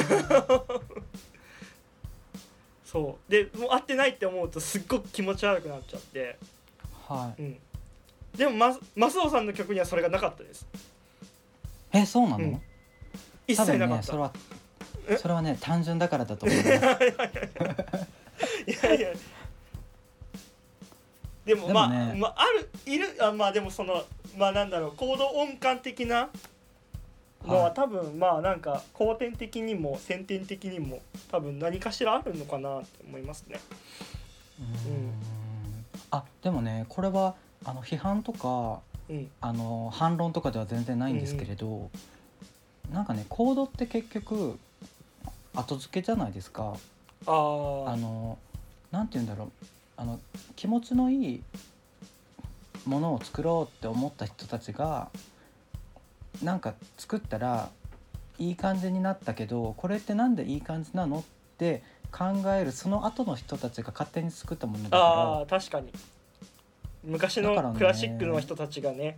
Speaker 2: そうでもう合ってないって思うとすっごく気持ち悪くなっちゃって
Speaker 1: ーは
Speaker 2: う
Speaker 1: い
Speaker 2: んでもマスマスオさんの曲にはそれがなかったです
Speaker 1: えそうなの、
Speaker 2: うん一
Speaker 1: 多
Speaker 2: 切
Speaker 1: 分
Speaker 2: なか
Speaker 1: ね
Speaker 2: っ
Speaker 1: そ
Speaker 2: た、
Speaker 1: れはそれはね単純だからだと思います
Speaker 2: (laughs) いやいやでも
Speaker 1: で
Speaker 2: ま
Speaker 1: も
Speaker 2: あ、
Speaker 1: ね
Speaker 2: まああるいるあまあでもそのまあなんだろう行動音感的なのは
Speaker 1: はい
Speaker 2: 多分、まあなんか後天的にも先天的にも多分何かしらあるのかなって思いますね。
Speaker 1: うーんあでもねこれはあの批判とか
Speaker 2: うん、
Speaker 1: あの反論とかでは全然ないんですけれど、なんかねコードって結局後付けじゃないですか。
Speaker 2: あー
Speaker 1: あのなんて言うんだろうあの気持ちのいいものを作ろうって思った人たちがなんか作ったらいい感じになったけどこれってなんでいい感じなのって考えるその後の人たちが勝手に作ったものだ
Speaker 2: あ
Speaker 1: か
Speaker 2: あ確かに昔
Speaker 1: だから
Speaker 2: の
Speaker 1: ね
Speaker 2: クラシックの人たちがね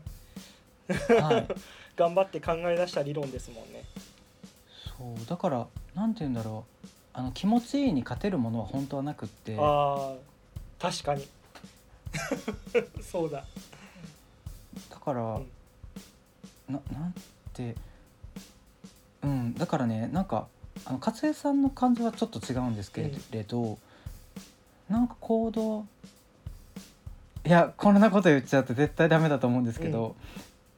Speaker 1: ら、はい、
Speaker 2: 頑張って考え出した理論ですもんね
Speaker 1: そうだからなんて言うんだろうあの気持ちいいに勝てるものは本当はなくって
Speaker 2: ああ確かに (laughs) そうだ
Speaker 1: だから、
Speaker 2: うん
Speaker 1: ななんてうんだからねなんかあの勝江さんの感じはちょっと違うんですけれど、なんか行動いやこんなこと言っちゃって絶対ダメだと思うんですけど、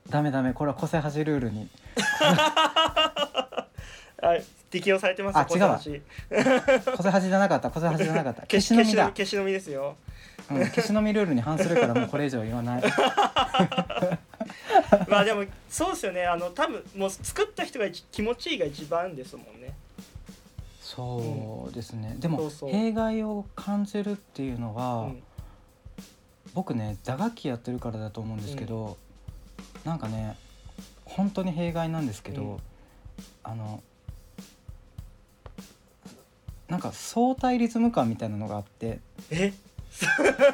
Speaker 1: ダメダメこれは個性派ルール
Speaker 2: (laughs)
Speaker 1: に
Speaker 2: あ適用されてます
Speaker 1: あ違うわ
Speaker 2: 小手橋
Speaker 1: 個性端じゃなかった個性端じゃなかった消
Speaker 2: (laughs) 消
Speaker 1: しのみ
Speaker 2: し消し
Speaker 1: だ
Speaker 2: の消しのみで
Speaker 1: (laughs)
Speaker 2: すよ
Speaker 1: うん、消しのみルールに反する
Speaker 2: (laughs)
Speaker 1: からもうこれ以上は言わない
Speaker 2: まあでもそうですよねあの多分もう作った人が一気持ちいいが一番ですもんね
Speaker 1: そうですね、で
Speaker 2: そ
Speaker 1: も
Speaker 2: うそう
Speaker 1: 弊害を感じるっていうの
Speaker 2: う
Speaker 1: は、
Speaker 2: ん
Speaker 1: 僕ね打楽器やってるからだと思うんですけど、なんかね本当に弊害なんですけど、
Speaker 2: うん
Speaker 1: あのなんか相対リズム感みたいなのがあって
Speaker 2: え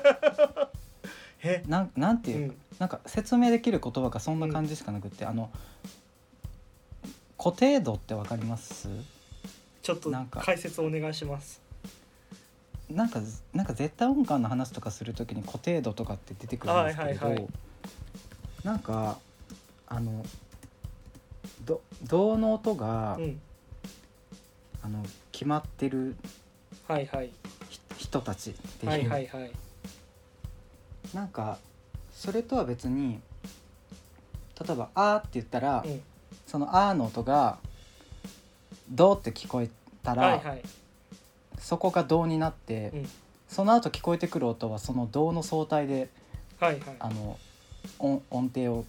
Speaker 2: (laughs) え
Speaker 1: なんなんていうう、
Speaker 2: ん
Speaker 1: なんか説明できる言葉がそんな感じしかなくって、あの固定度ってわかります
Speaker 2: ちょっと
Speaker 1: なんか
Speaker 2: 解説お願いします
Speaker 1: なんかなんか絶対音感の話とかするときに固定度とかって出てくるんですけれど、
Speaker 2: はいはいはい
Speaker 1: なんかあのど銅の音が、
Speaker 2: うん
Speaker 1: あの決まってる
Speaker 2: はいはい
Speaker 1: ひ人たちっていう、
Speaker 2: はいはいはい
Speaker 1: なんかそれとは別に例えば「あ」って言ったら、
Speaker 2: うん
Speaker 1: その「あ」の音が「ド」って聞こえたら、
Speaker 2: はいはい
Speaker 1: そこが「ド」になって、
Speaker 2: うん
Speaker 1: その後聞こえてくる音はその「ド」の相対で
Speaker 2: はいはい
Speaker 1: あの音音程を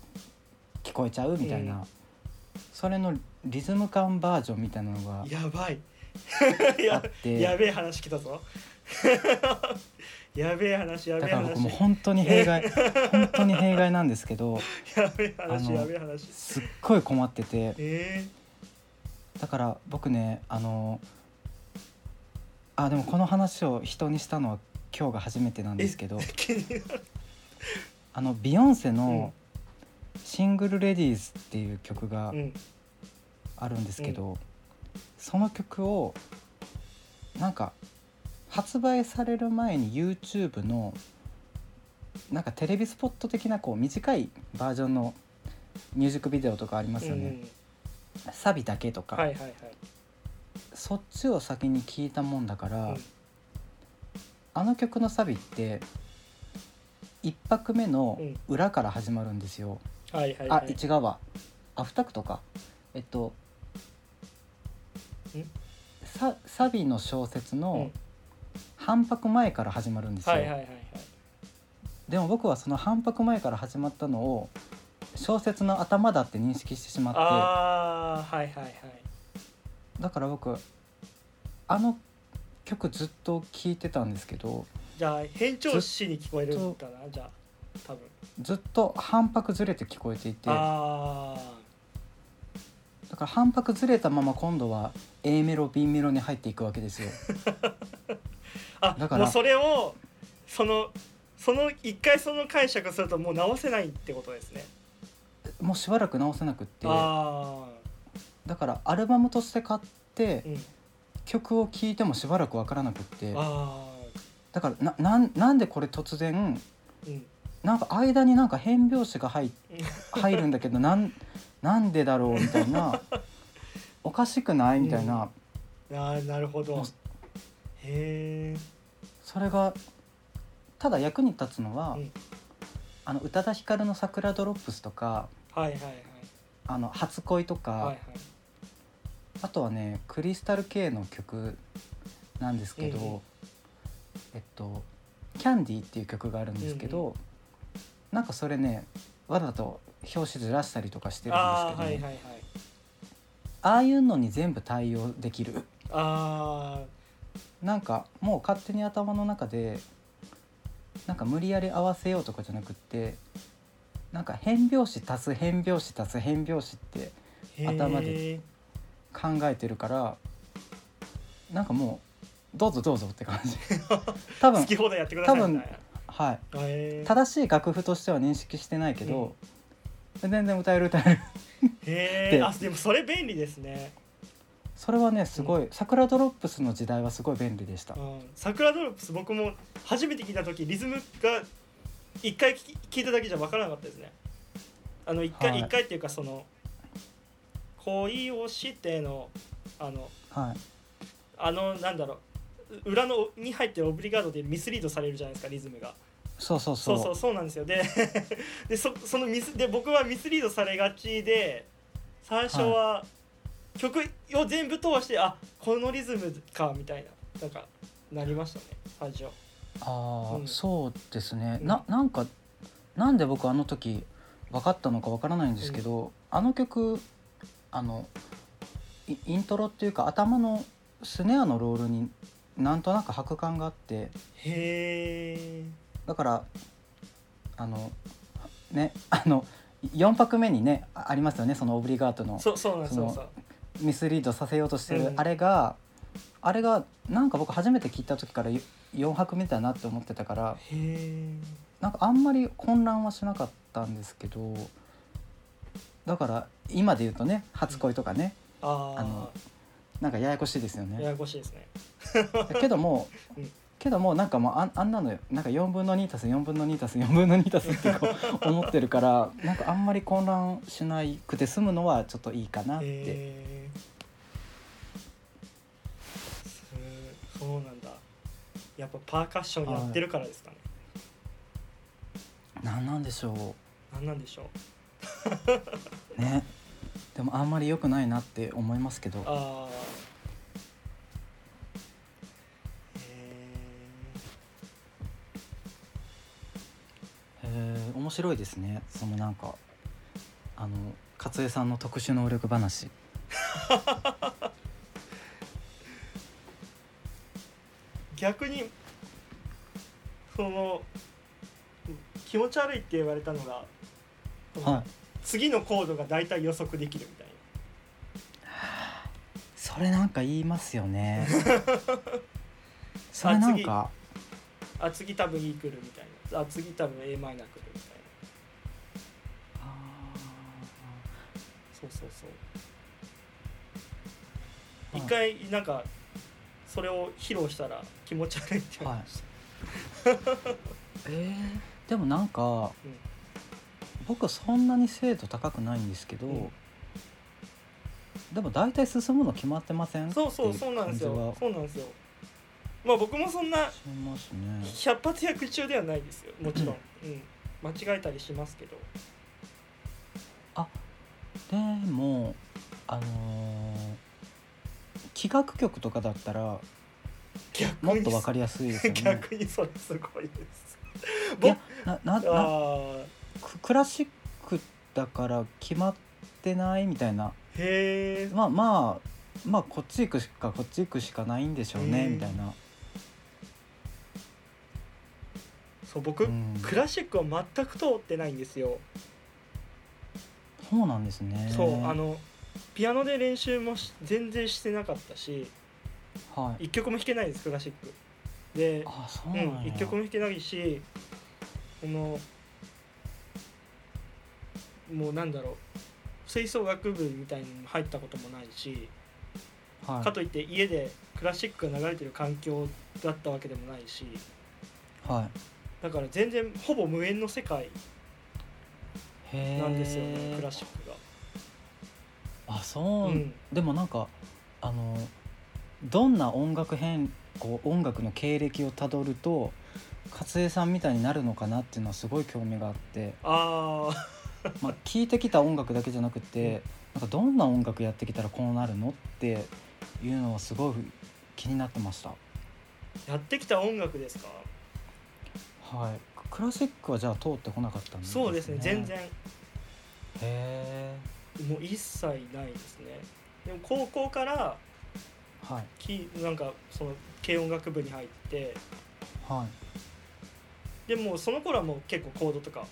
Speaker 1: 聞こえちゃうみたいな、
Speaker 2: うん
Speaker 1: それのリズム感バージョンみたいなのが
Speaker 2: やばい
Speaker 1: (laughs) あ
Speaker 2: (laughs) や
Speaker 1: って
Speaker 2: やべえ話来たぞ (laughs) やべえ話やべ
Speaker 1: だ
Speaker 2: え
Speaker 1: から僕もう
Speaker 2: 話
Speaker 1: 本当に弊害本当に弊害なんですけど
Speaker 2: やべえ
Speaker 1: あ
Speaker 2: 話
Speaker 1: の
Speaker 2: やべえ話
Speaker 1: すっごい困ってて
Speaker 2: え
Speaker 1: だから僕ねあのあでもこの話を人にしたのは今日が初めてなんですけど
Speaker 2: ー、気になる
Speaker 1: あのビヨンセの「シングルレディーズ」っていう曲が
Speaker 2: うん
Speaker 1: あるんですけど、その曲をなんか発売される前に YouTube のなんかテレビスポット的なこう短いバージョンのミュージックビデオとかありますよね、サビだけと
Speaker 2: う
Speaker 1: か、
Speaker 2: ん、はいはいはい
Speaker 1: そっちを先に聞いたもんだから、
Speaker 2: うん
Speaker 1: あの曲のサビって1拍目の裏から始まるんですよ。
Speaker 2: はいはい
Speaker 1: あ
Speaker 2: はい
Speaker 1: 違うわアフタクトかえっと
Speaker 2: ん
Speaker 1: ササビの小説
Speaker 2: う
Speaker 1: の
Speaker 2: ん
Speaker 1: 反拍前から始まるんですよ、
Speaker 2: はいはいはいはい
Speaker 1: でも僕はその反拍前から始まったのを小説の頭だって認識してしまっ
Speaker 2: ああはいはいはい
Speaker 1: てだから僕あの曲ずっと聴いてたんですけど
Speaker 2: じゃあ変調子に聞こえるんだなじゃあ多分
Speaker 1: ずっと反拍ずれて聞こえていてだ
Speaker 2: ああ
Speaker 1: から反拍ずれたまま今度は A メロ B メロに入っていくわけですよ。
Speaker 2: あ
Speaker 1: だから
Speaker 2: もうそれをそのその一回その解釈するともう直せないってことですね
Speaker 1: もうしばらく直せなくって
Speaker 2: あ
Speaker 1: だからアルバムとして買って
Speaker 2: あうん
Speaker 1: 曲を聴いてもしばらく分からなくって
Speaker 2: あ
Speaker 1: だからななんなんでこれ突然
Speaker 2: あうん
Speaker 1: なんか間になんか変拍子が入入るんだけどなんなんでだろうみたい
Speaker 2: (laughs)
Speaker 1: なおかしくないみたいな、
Speaker 2: あーなるほど
Speaker 1: もう
Speaker 2: へえ
Speaker 1: それがただ役に立つのは、
Speaker 2: うん
Speaker 1: あの宇多田ヒカルの「桜ドロップス」とか
Speaker 2: はいはいはい
Speaker 1: 「あの初恋」とか、
Speaker 2: はいはい
Speaker 1: あとはねクリスタル系の曲なんですけど、
Speaker 2: うんうん
Speaker 1: えっと「キャンディー」っていう曲があるんですけど、なんかそれねわざと表紙ずらしたりとかしてるんです
Speaker 2: あ
Speaker 1: けど、ねあ,、
Speaker 2: あはいはいはい
Speaker 1: あいうのに全部対応できる
Speaker 2: あ
Speaker 1: なんかもう勝手に頭の中でなんか無理やり合わせようとかじゃなくってなんか変拍子足す変拍子足す変拍子って
Speaker 2: あ
Speaker 1: 頭で考えてるからなんかもうどうぞどうぞって感じ多分
Speaker 2: 好き放題やってくださいみたい
Speaker 1: はい
Speaker 2: なへー
Speaker 1: 正しい楽譜としては認識してないけど、全然歌える歌える
Speaker 2: へえ
Speaker 1: で
Speaker 2: あでもそれ便利ですね、
Speaker 1: それはねすごい、桜ドロップスの時代はすごい便利でした
Speaker 2: うん、桜ドロップス僕も初めて聞いた時リズムが一回聞き聞いただけじゃ分からなかったですねあの一回、
Speaker 1: はい
Speaker 2: 一回っていうかその「恋をしての」あの
Speaker 1: はい
Speaker 2: あのなんだろう裏のに入ってるオブリガードでミスリードされるじゃないですかリズムが
Speaker 1: そうそう
Speaker 2: そ
Speaker 1: そう
Speaker 2: うそうそうなんですよで (laughs) でそそのミスで僕はミスリードされがちで最初は曲を全部通して、あこのリズムかみたいななんかなりましたね最初
Speaker 1: ああ、
Speaker 2: うん
Speaker 1: そうですね、
Speaker 2: うん
Speaker 1: ななんかなんで僕あの時分かったのかわからないんですけど、あの曲あのイイントロっていうか頭のスネアのロールになんとなく拍感があって
Speaker 2: へえ
Speaker 1: だからあのねあの4拍目にねあありますよねそのオブリガートの
Speaker 2: そうそうなんです
Speaker 1: そ
Speaker 2: よ
Speaker 1: の
Speaker 2: そう
Speaker 1: ミスリードさせようとして
Speaker 2: う
Speaker 1: る
Speaker 2: ん
Speaker 1: あれが、あれがなんか僕初めて聞いた時から4拍目だなって思ってたから。
Speaker 2: へえ
Speaker 1: なんかあんまり混乱はしなかったんですけどだから今で言うとね初恋とかね
Speaker 2: あ
Speaker 1: あ
Speaker 2: あ
Speaker 1: のなんかややこしいですよ
Speaker 2: や
Speaker 1: ね
Speaker 2: やこしいですね
Speaker 1: けども
Speaker 2: うん
Speaker 1: けどもなんかもうあんあんなのなんか4分の2足す4分の2足す4分の2足すってこ
Speaker 2: (laughs)
Speaker 1: う思ってるからなんかあんまり混乱しなくて済むのはちょっといいかなって、
Speaker 2: へえそうなんだやっぱパーカッションやってるからですかね
Speaker 1: なんなんでしょ
Speaker 2: なんなんでしょう
Speaker 1: うねでもあんまり良くないなって思いますけど
Speaker 2: ああ
Speaker 1: へえ面白いですねそのなんかあの勝江さんの特殊能力話
Speaker 2: 逆にその気持ち悪いって言われたのが、
Speaker 1: はい
Speaker 2: 次のコードが大体予測できるみたいな
Speaker 1: それなんか言いますよ
Speaker 2: (laughs)
Speaker 1: ねそれなんか
Speaker 2: あ次多分 E 来るみたいなあ次多分 a マイナー来るみたいなそうそうそ
Speaker 1: は
Speaker 2: う
Speaker 1: い
Speaker 2: 一回なんかそれを披露したら気持ち悪いって言わ (laughs) れました、
Speaker 1: えーでもなんか
Speaker 2: うん
Speaker 1: 僕そんなに精度高くないんですけど、
Speaker 2: うん
Speaker 1: でも大体進むの決まってません
Speaker 2: そうそうそうなんですよそうなんですよまあ僕もそんな
Speaker 1: しますね
Speaker 2: 百発百中ではないですよもちろん、うん、間違えたりしますけど
Speaker 1: でもあのー、企画曲とかだったら
Speaker 2: 逆
Speaker 1: もっとわ
Speaker 2: か
Speaker 1: かりやすいですよね
Speaker 2: (laughs) 逆にそれすごいです
Speaker 1: いやなな
Speaker 2: あ
Speaker 1: な
Speaker 2: ー
Speaker 1: ククラシックだから決まってないみたいな
Speaker 2: へえ
Speaker 1: まあまあまあこっち行くしかこっち行くしかないんでしょうね、
Speaker 2: うん
Speaker 1: みたいな、
Speaker 2: そう僕、
Speaker 1: うん
Speaker 2: クラシックは全く通ってないんですよ、
Speaker 1: そうなんですね
Speaker 2: そうあのピアノで練習もし全然してなかったし
Speaker 1: はい
Speaker 2: 一曲も弾けないですクラシックで
Speaker 1: あそう
Speaker 2: う
Speaker 1: なんや、
Speaker 2: ん、一曲も弾けないしこのもうなんだろう吹奏楽部みたいにも入ったこともないし、
Speaker 1: はい
Speaker 2: かといって家でクラシックが流れてる環境だったわけでもないし
Speaker 1: はい
Speaker 2: だから全然ほぼ無縁の世界
Speaker 1: へえ
Speaker 2: なんですよねクラシックが。
Speaker 1: あそう、
Speaker 2: うん
Speaker 1: でもなんかあのどんな音楽変こう音楽の経歴をたどると勝江さんみたいになるのかなっていうのはすごい興味があって、
Speaker 2: ああ
Speaker 1: まあ、聞いてきた音楽だけじゃなくてなんかどんな音楽やってきたらこうなるのっていうのはすごい気になってました
Speaker 2: やってきた音楽ですか
Speaker 1: はい、クラシックはじゃあ通ってこなかったんですね。
Speaker 2: そうですね全然
Speaker 1: へえ。
Speaker 2: もう一切ないですね。でも高校から
Speaker 1: はい
Speaker 2: きなんかその軽音楽部に入って
Speaker 1: はい。
Speaker 2: でもうその頃はもう結構コードとか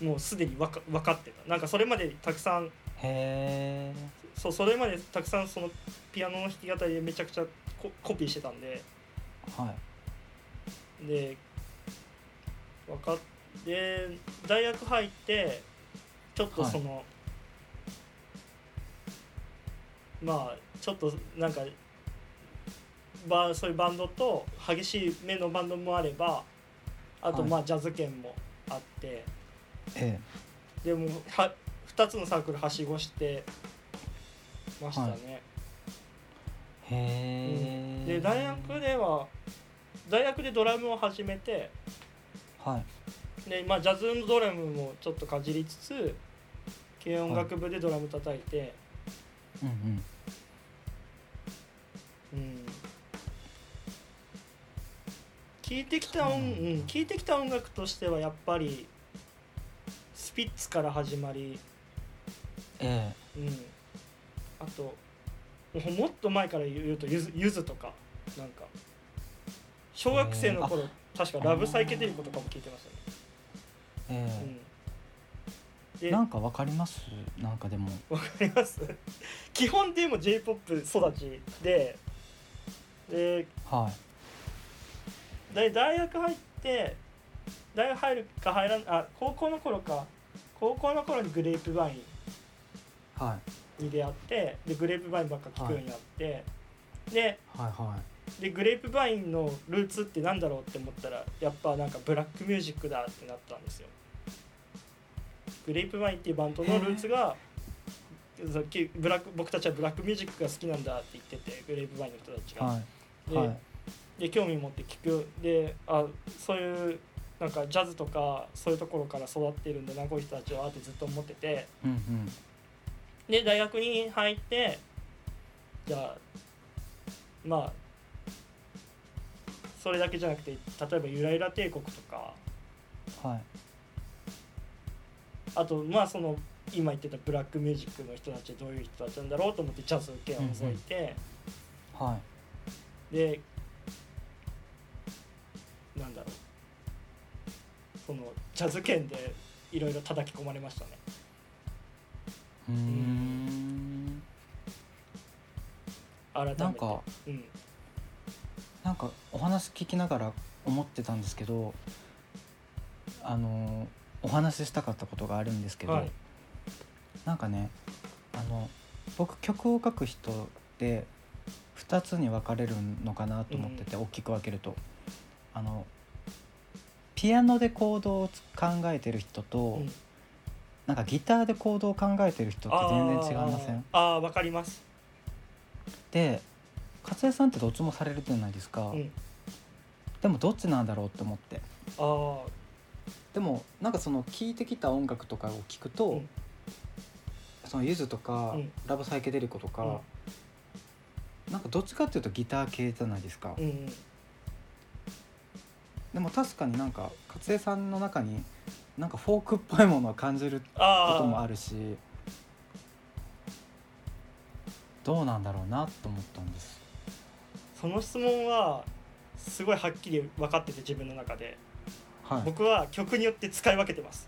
Speaker 2: もうすでにわか分かってたなんかそれまでたくさん
Speaker 1: へえ。
Speaker 2: そうそれまでたくさんそのピアノの弾き語りでめちゃくちゃココピーしてたんで
Speaker 1: はい
Speaker 2: で分かっで大学入ってちょっと
Speaker 1: はい
Speaker 2: その、まあちょっとなんかバそういうバンドと激しい目のバンドもあればあと
Speaker 1: はい
Speaker 2: まあジャズ圏もあって、
Speaker 1: え
Speaker 2: でもは2つのサークルはしごしてましたね。
Speaker 1: えへえ
Speaker 2: うんで大学では大学でドラムを始めて。
Speaker 1: はい
Speaker 2: で、まあ、ジャズドラムもちょっとかじりつつ軽音楽部でドラム叩いて、
Speaker 1: うんうん
Speaker 2: うん聴いてきた音、うん
Speaker 1: うん
Speaker 2: 聞いてきた音楽としてはやっぱりスピッツから始まり、
Speaker 1: え
Speaker 2: うん、あともうもっと前から言うとゆずゆずとかなんか小学生の頃確か「ラブサイケデリコ」とかも聴いてましたね。
Speaker 1: ええ
Speaker 2: う
Speaker 1: え
Speaker 2: んで
Speaker 1: なんかわかりますなんかでも
Speaker 2: あります基本でも j p o p 育ちでで
Speaker 1: はい
Speaker 2: 大大学入って大学入るか入らんあ高校の頃か高校の頃にグレープバイ
Speaker 1: は
Speaker 2: ンに出会ってでグレープバインばっか聞くようになって、で
Speaker 1: いはいは
Speaker 2: でグレープバインのルーツってなんだろうって思ったらやっぱなんかブラックミュージックだってなったんですよ。グレープバインっていうバンドのルーツがそうきブラック僕たちはブラックミュージックが好きなんだって言っててグレープバインの人たち
Speaker 1: い
Speaker 2: が。
Speaker 1: はい
Speaker 2: で
Speaker 1: はい
Speaker 2: で興味持って聞くであそういうなんかジャズとかそういうところから育っているんだなこういう人たちはってずっと思ってて
Speaker 1: うんうん
Speaker 2: で大学に入ってじゃあまあそれだけじゃなくて例えばゆらゆら帝国とか
Speaker 1: はい
Speaker 2: あとまあその今言ってたブラックミュージックの人たちはどういう人たちなんだろうと思ってジャズ系を覗いて。
Speaker 1: はい
Speaker 2: でなんだろうそのジャズ圏でいろいろ叩き込まれましたね
Speaker 1: うーん
Speaker 2: 改めて
Speaker 1: なんか
Speaker 2: うん、
Speaker 1: なんかお話聞きながら思ってたんですけどあのお話ししたかったことがあるんですけど、
Speaker 2: はい
Speaker 1: なんかねあの僕曲を書く人で2つに分かれるのかなと思ってて、大きく分けるとあのピアノでコードを考えてる人と、
Speaker 2: うん
Speaker 1: なんかギターでコードを考えてる人って全然違いません
Speaker 2: あーあーわかります
Speaker 1: で勝江さんってどっちもされるじゃないですか、
Speaker 2: うん
Speaker 1: でもどっちなんだろうと思って
Speaker 2: ああ
Speaker 1: でもなんかその聴いてきた音楽とかを聞くと、
Speaker 2: うん
Speaker 1: そのゆずとか、
Speaker 2: うん
Speaker 1: ラブサイケデリコとか、なんかどっちかっていうとギター系じゃないですか、
Speaker 2: うんうん
Speaker 1: でも確かになんか勝江さんの中になんかフォークっぽいものを感じることも
Speaker 2: あ
Speaker 1: あるしどうなんだろうなと思ったんです
Speaker 2: あその質問はすごいはっきり分かってて自分の中で、
Speaker 1: はい
Speaker 2: 僕は曲によって使い分けてます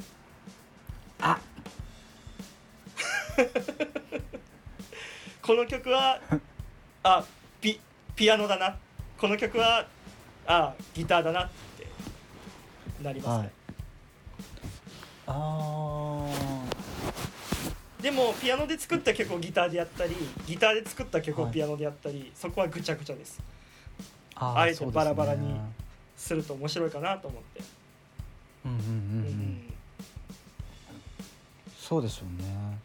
Speaker 1: あ
Speaker 2: この
Speaker 1: (laughs)
Speaker 2: 曲はあピピアノだなこの曲はあギターだなってなりますね、
Speaker 1: はいあ
Speaker 2: でもピアノで作った曲をギターでやったりギターで作った曲をピアノでやったり、そこはぐちゃぐちゃです
Speaker 1: ーあー
Speaker 2: あえて
Speaker 1: そうですね
Speaker 2: バラバラにすると面白いかなと思って、
Speaker 1: うんうん
Speaker 2: う
Speaker 1: うんうんそうですよね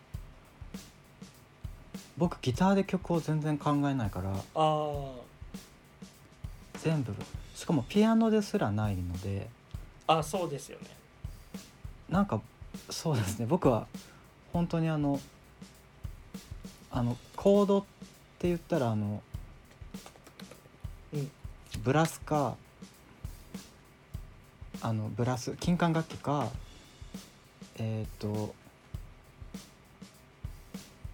Speaker 1: 僕ギターで曲を全然考えないから
Speaker 2: あー
Speaker 1: 全部しかもピアノですらないので
Speaker 2: あそうですよね
Speaker 1: なんかそうですね僕は本当にあのあのコードって言ったらあの、
Speaker 2: うん
Speaker 1: ブラスかあのブラス金管楽器かえっ、と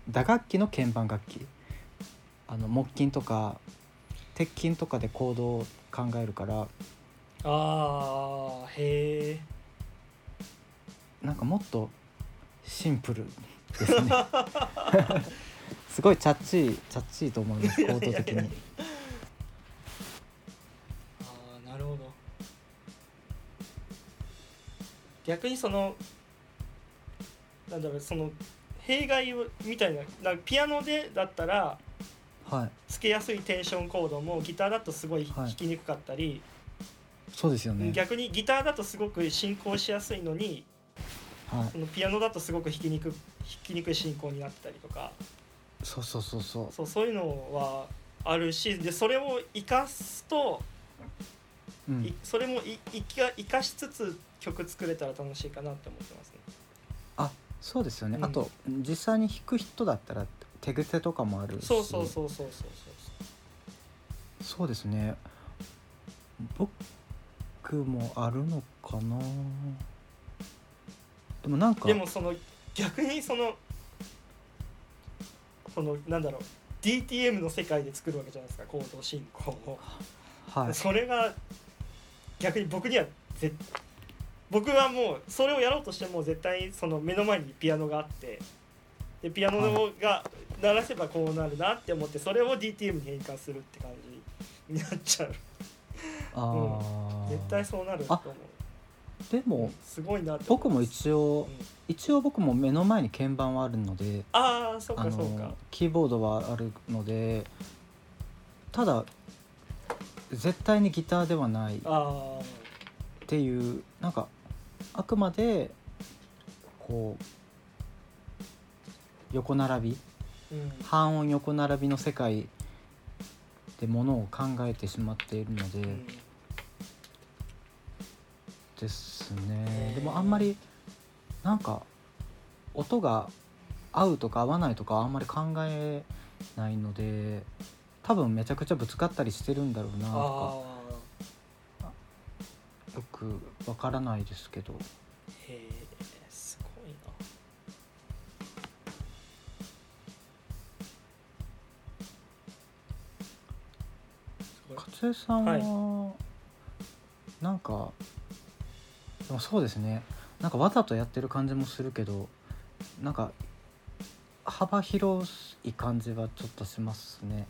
Speaker 1: 打楽器の鍵盤楽器あの木琴とか鉄琴とかでコードを考えるから
Speaker 2: ああへえ
Speaker 1: なんかもっとシンプルです
Speaker 2: (laughs)
Speaker 1: ねすごいチャッチーチャッチーと思いますコード的に
Speaker 2: 逆にそのなんだろうその弊害をみたいななんかピアノでだったら
Speaker 1: はい
Speaker 2: つけやすいテンションコードもギターだとすごい弾
Speaker 1: はい
Speaker 2: きにくかったり、
Speaker 1: そうですよね
Speaker 2: 逆にギターだとすごく進行しやすいのに
Speaker 1: は
Speaker 2: そのピアノだとすごく弾きにく弾きにくい進行になったりとか
Speaker 1: いそうそうそうそう
Speaker 2: そうそういうのはあるしでそれを生かすと、
Speaker 1: うん
Speaker 2: いそれもいいか生かしつつ曲作れたら楽しいかなって思ってますね。
Speaker 1: あそうですよね、
Speaker 2: うん
Speaker 1: あと実際に弾く人だったら手癖とかもあるし
Speaker 2: そうそうそうそうそうそう
Speaker 1: そうですね僕もあるのかなでもなんか
Speaker 2: でもその逆にそのそのなんだろう DTM の世界で作るわけじゃないですか行動進行を、
Speaker 1: はい
Speaker 2: それが逆に僕にはぜ僕はもうそれをやろうとしても絶対その目の前にピアノがあってでピアノが鳴らせばこうなるなって思ってそれを DTM に変換するって感じになっちゃう
Speaker 1: あー、
Speaker 2: 絶対そうなると思
Speaker 1: で
Speaker 2: う
Speaker 1: も
Speaker 2: すごいなって思
Speaker 1: 僕も一応
Speaker 2: うん
Speaker 1: 一応僕も目の前に鍵盤はあるので
Speaker 2: ああそう
Speaker 1: あ
Speaker 2: かそうか
Speaker 1: のキーボードはあるのでただ絶対にギターではない
Speaker 2: ああ
Speaker 1: っていうなんかあくまでこう横並び
Speaker 2: うん
Speaker 1: 半音横並びの世界でものを考えてしまっているので、
Speaker 2: うん
Speaker 1: です
Speaker 2: へ
Speaker 1: ね
Speaker 2: ー
Speaker 1: でもあんまりなんか音が合うとか合わないとかあんまり考えないので多分めちゃくちゃぶつかったりしてるんだろうなと
Speaker 2: ああ
Speaker 1: かよくわからないですけど
Speaker 2: へえすごいなすごい
Speaker 1: 勝江さんは、
Speaker 2: はい
Speaker 1: なんかでもそうですねなんかわざとやってる感じもするけどなんか幅広い感じはちょっとしますね。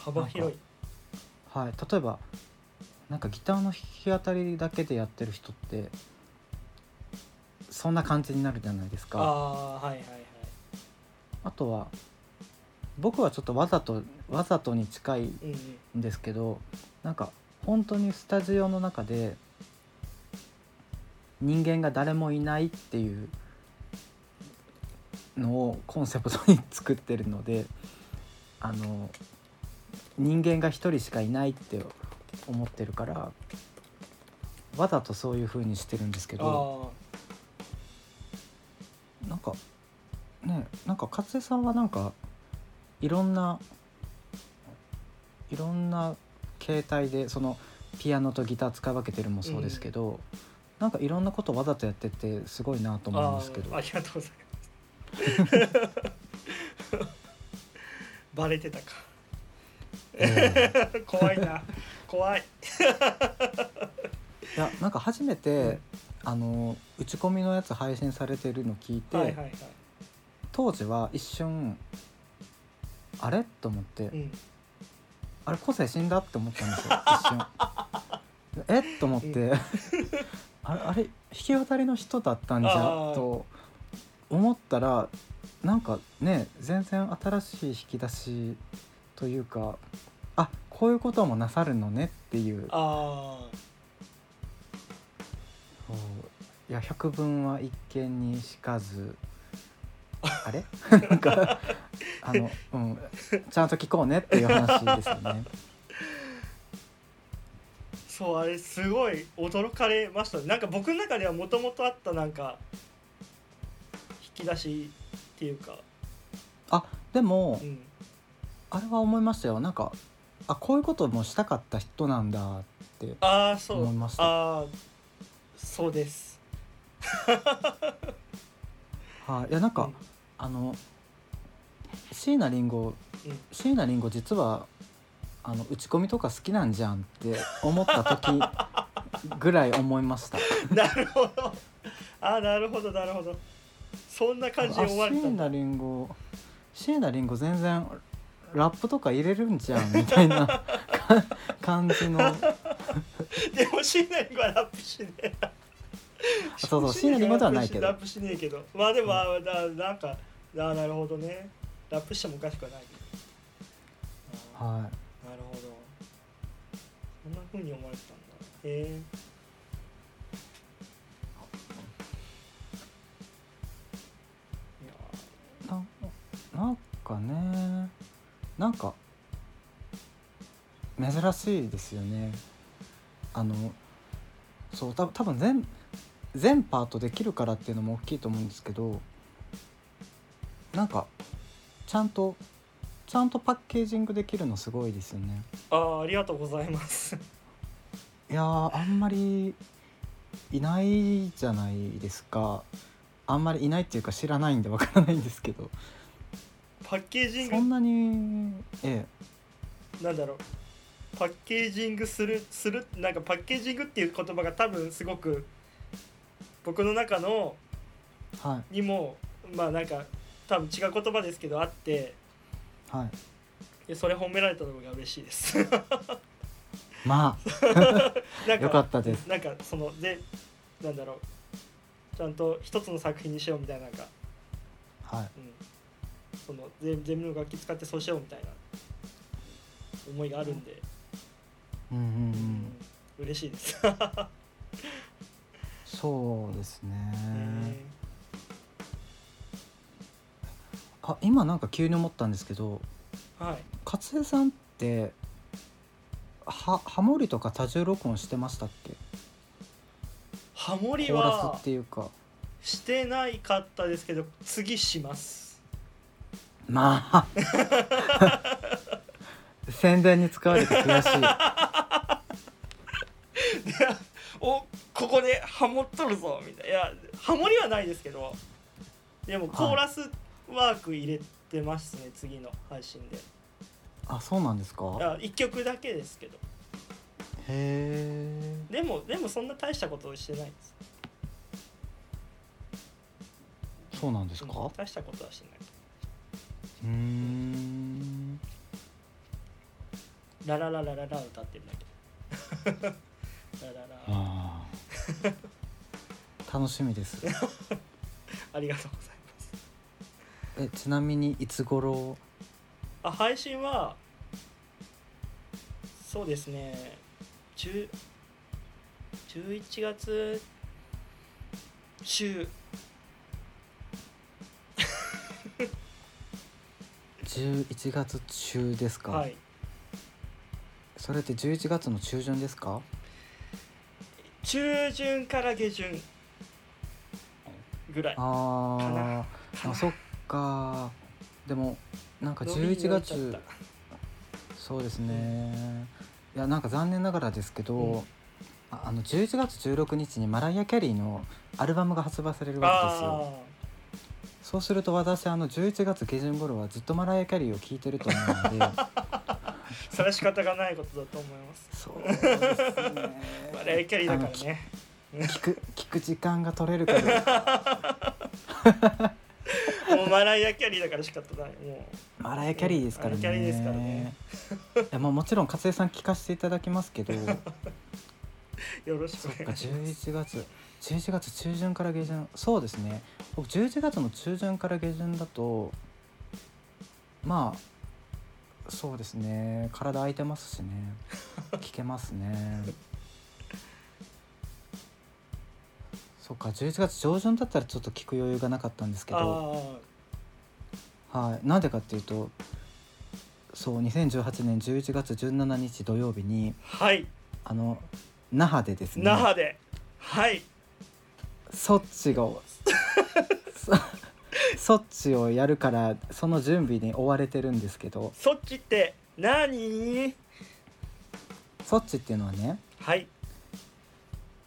Speaker 2: 幅広い
Speaker 1: はい、例えばなんかギターの弾き語りだけでやってる人ってそんな感じになるじゃないです
Speaker 2: あ
Speaker 1: かあ
Speaker 2: あーはいはいはい
Speaker 1: とは僕はちょっとわざとわざとに近い
Speaker 2: うんうん
Speaker 1: んですけどなんか本当にスタジオの中で人間が誰もいないっていうのをコンセプトに作ってるのであの人間が一人しかいないって思ってるからわざとそういう風にしてるんですけど
Speaker 2: あ
Speaker 1: なんかねなんか勝江さんはなんかいろんないろんな形態でそのピアノとギター使い分けてるもそうですけど、なんかいろんなことわざとやっててすごいなと
Speaker 2: あ
Speaker 1: 思いますけど
Speaker 2: あーありがとうございます (laughs) バレてたか
Speaker 1: ええ
Speaker 2: 怖いな怖い
Speaker 1: いやなんか初めて、あの打ち込みのやつ配信されてるの聞いて、
Speaker 2: はいはいはい
Speaker 1: 当時は一瞬あれと思って、
Speaker 2: うん
Speaker 1: あれ個性死んだって思ったんですよ
Speaker 2: (laughs)
Speaker 1: 一瞬えっと思ってあれあれ弾き語りの人だったんじ
Speaker 2: あー
Speaker 1: ゃと思ったらなんかね全然新しい引き出しというかあこういうこともなさるのねっていう
Speaker 2: ああ
Speaker 1: そういや百聞は一見にしかずあ
Speaker 2: (laughs)
Speaker 1: れなんかあの、うん、ちゃんと聞こうねっていう話ですよね。
Speaker 2: そうあれすごい驚かれましたねなんか僕の中ではもともとあったなんか引き出しっていうか、
Speaker 1: でも、
Speaker 2: うん、
Speaker 1: あれは思いましたよなんかあこういうこともしたかった人なんだって
Speaker 2: ああそう
Speaker 1: 思いました
Speaker 2: ああそうです
Speaker 1: はいいやなんか、
Speaker 2: うん
Speaker 1: あの椎名林檎
Speaker 2: うん
Speaker 1: 椎名林檎実はあの打ち込みとか好きなんじゃんって思った時ぐらい思いま (laughs) した
Speaker 2: (laughs) なるほどああなるほどなるほどそんな感じ
Speaker 1: あ
Speaker 2: に思われた
Speaker 1: 椎
Speaker 2: んだ
Speaker 1: 名林檎椎名林檎全然ラップとか入れるんじゃんみたいな (laughs) か感じの
Speaker 2: でも椎名林檎はラップしねえ
Speaker 1: そうそう椎名林檎ではないけど
Speaker 2: ラップしねえけどまあでも、あだなんかあなるほどねラップしてもおかしくはないけどあ
Speaker 1: は
Speaker 2: ーなるほどそんな風に思われてたんだへえいや
Speaker 1: いななんかねなんか珍しいですよねあのそうた多分全全パートできるからっていうのも大きいと思うんですけどなんかちゃんとちゃんとパッケージングできるのすごいですよね
Speaker 2: ーあーありがとうございます (laughs)
Speaker 1: いやーあんまりいないじゃないですかあんまりいないっていうか知らないんでわからないんですけど
Speaker 2: パッケージング
Speaker 1: そんなにえ
Speaker 2: なんだろうパッケージングするするなんかパッケージングっていう言葉が多分すごく僕の中の
Speaker 1: えは
Speaker 2: にもまあなんか多分違う言葉ですけどあって
Speaker 1: いはい
Speaker 2: でそれ褒められたのが嬉しいです
Speaker 1: ま
Speaker 2: なん
Speaker 1: あよかったです
Speaker 2: なんかそのでなんだろうちゃんと一つの作品にしようみたいななんか、
Speaker 1: はい
Speaker 2: うん、その全全部の楽器使ってそうしようみたいな思いがあるんで、
Speaker 1: うんうんうん
Speaker 2: うん嬉しいです。
Speaker 1: そうですね
Speaker 2: え
Speaker 1: あ今なんか急に思ったんですけど
Speaker 2: ー (laughs) はい
Speaker 1: 勝江さんってはハモリとか多重録音してましたっけ
Speaker 2: ハモリ
Speaker 1: コーラ
Speaker 2: は
Speaker 1: スっていうか
Speaker 2: してないかったですけど次します
Speaker 1: ま (laughs) あ宣伝に使われて悔 (laughs) しい
Speaker 2: おここでハモっとるぞみたいないやハモリはないですけどでもコーラスワーク入れてますね、次の配信で
Speaker 1: あそうなんです
Speaker 2: い
Speaker 1: か
Speaker 2: や1曲だけですけど
Speaker 1: へえ
Speaker 2: でもでもそんな大したことをしてないです
Speaker 1: そうなんです
Speaker 2: うん
Speaker 1: か
Speaker 2: 大したことはしてないう
Speaker 1: ーん
Speaker 2: ララララララ歌ってる
Speaker 1: (laughs)
Speaker 2: だけラララ
Speaker 1: あー (laughs) 楽しみです
Speaker 2: ありがとうございます
Speaker 1: えちなみにいつ頃
Speaker 2: あ配信はそうですね10 11月週
Speaker 1: 11月中ですか、
Speaker 2: はい
Speaker 1: それって11月の中旬ですか
Speaker 2: 中旬から下旬ぐらい
Speaker 1: あー
Speaker 2: かな
Speaker 1: あそっかでもなんか
Speaker 2: 伸びに
Speaker 1: 11
Speaker 2: 伸びちゃった
Speaker 1: 月そうですねいやなんか残念ながらですけど、
Speaker 2: うん
Speaker 1: ああの11月16日にマライア・キャリーのアルバムが発売されるわけですよ
Speaker 2: あ
Speaker 1: そうすると私あの11月下旬頃はずっとマライア・キャリーを聴いてると思う
Speaker 2: (laughs)
Speaker 1: ので
Speaker 2: あそれは仕方がないことだと思います
Speaker 1: そうです
Speaker 2: バレエキャリーだからね
Speaker 1: 聞く聞く時間が取れるかどうか
Speaker 2: もうマライアキャリーだから仕方ないも
Speaker 1: マライア・キャリーですからね
Speaker 2: マライアキャリーですからね
Speaker 1: いやまあもちろん勝江さん聞かせていただきます
Speaker 2: (laughs)
Speaker 1: けど
Speaker 2: うよろしく
Speaker 1: そ
Speaker 2: お
Speaker 1: っか
Speaker 2: 願いします
Speaker 1: 11月11月中旬から下旬そうですね僕11月の中旬から下旬だとまあそうですね体空いてます
Speaker 2: (laughs)
Speaker 1: しね聞けますねそっか11月上旬だったらちょっと聞く余裕がなかったんですけ
Speaker 2: あ
Speaker 1: ど
Speaker 2: あ
Speaker 1: はい、なんでかっていうとそう2018年11月17日土曜日に
Speaker 2: はい
Speaker 1: あの那覇でですね
Speaker 2: 那覇ではい
Speaker 1: そっちが
Speaker 2: (laughs)
Speaker 1: そそっちをやるからその準備に追われてるんですけど
Speaker 2: そっちって何
Speaker 1: そっちっていうのはね
Speaker 2: はい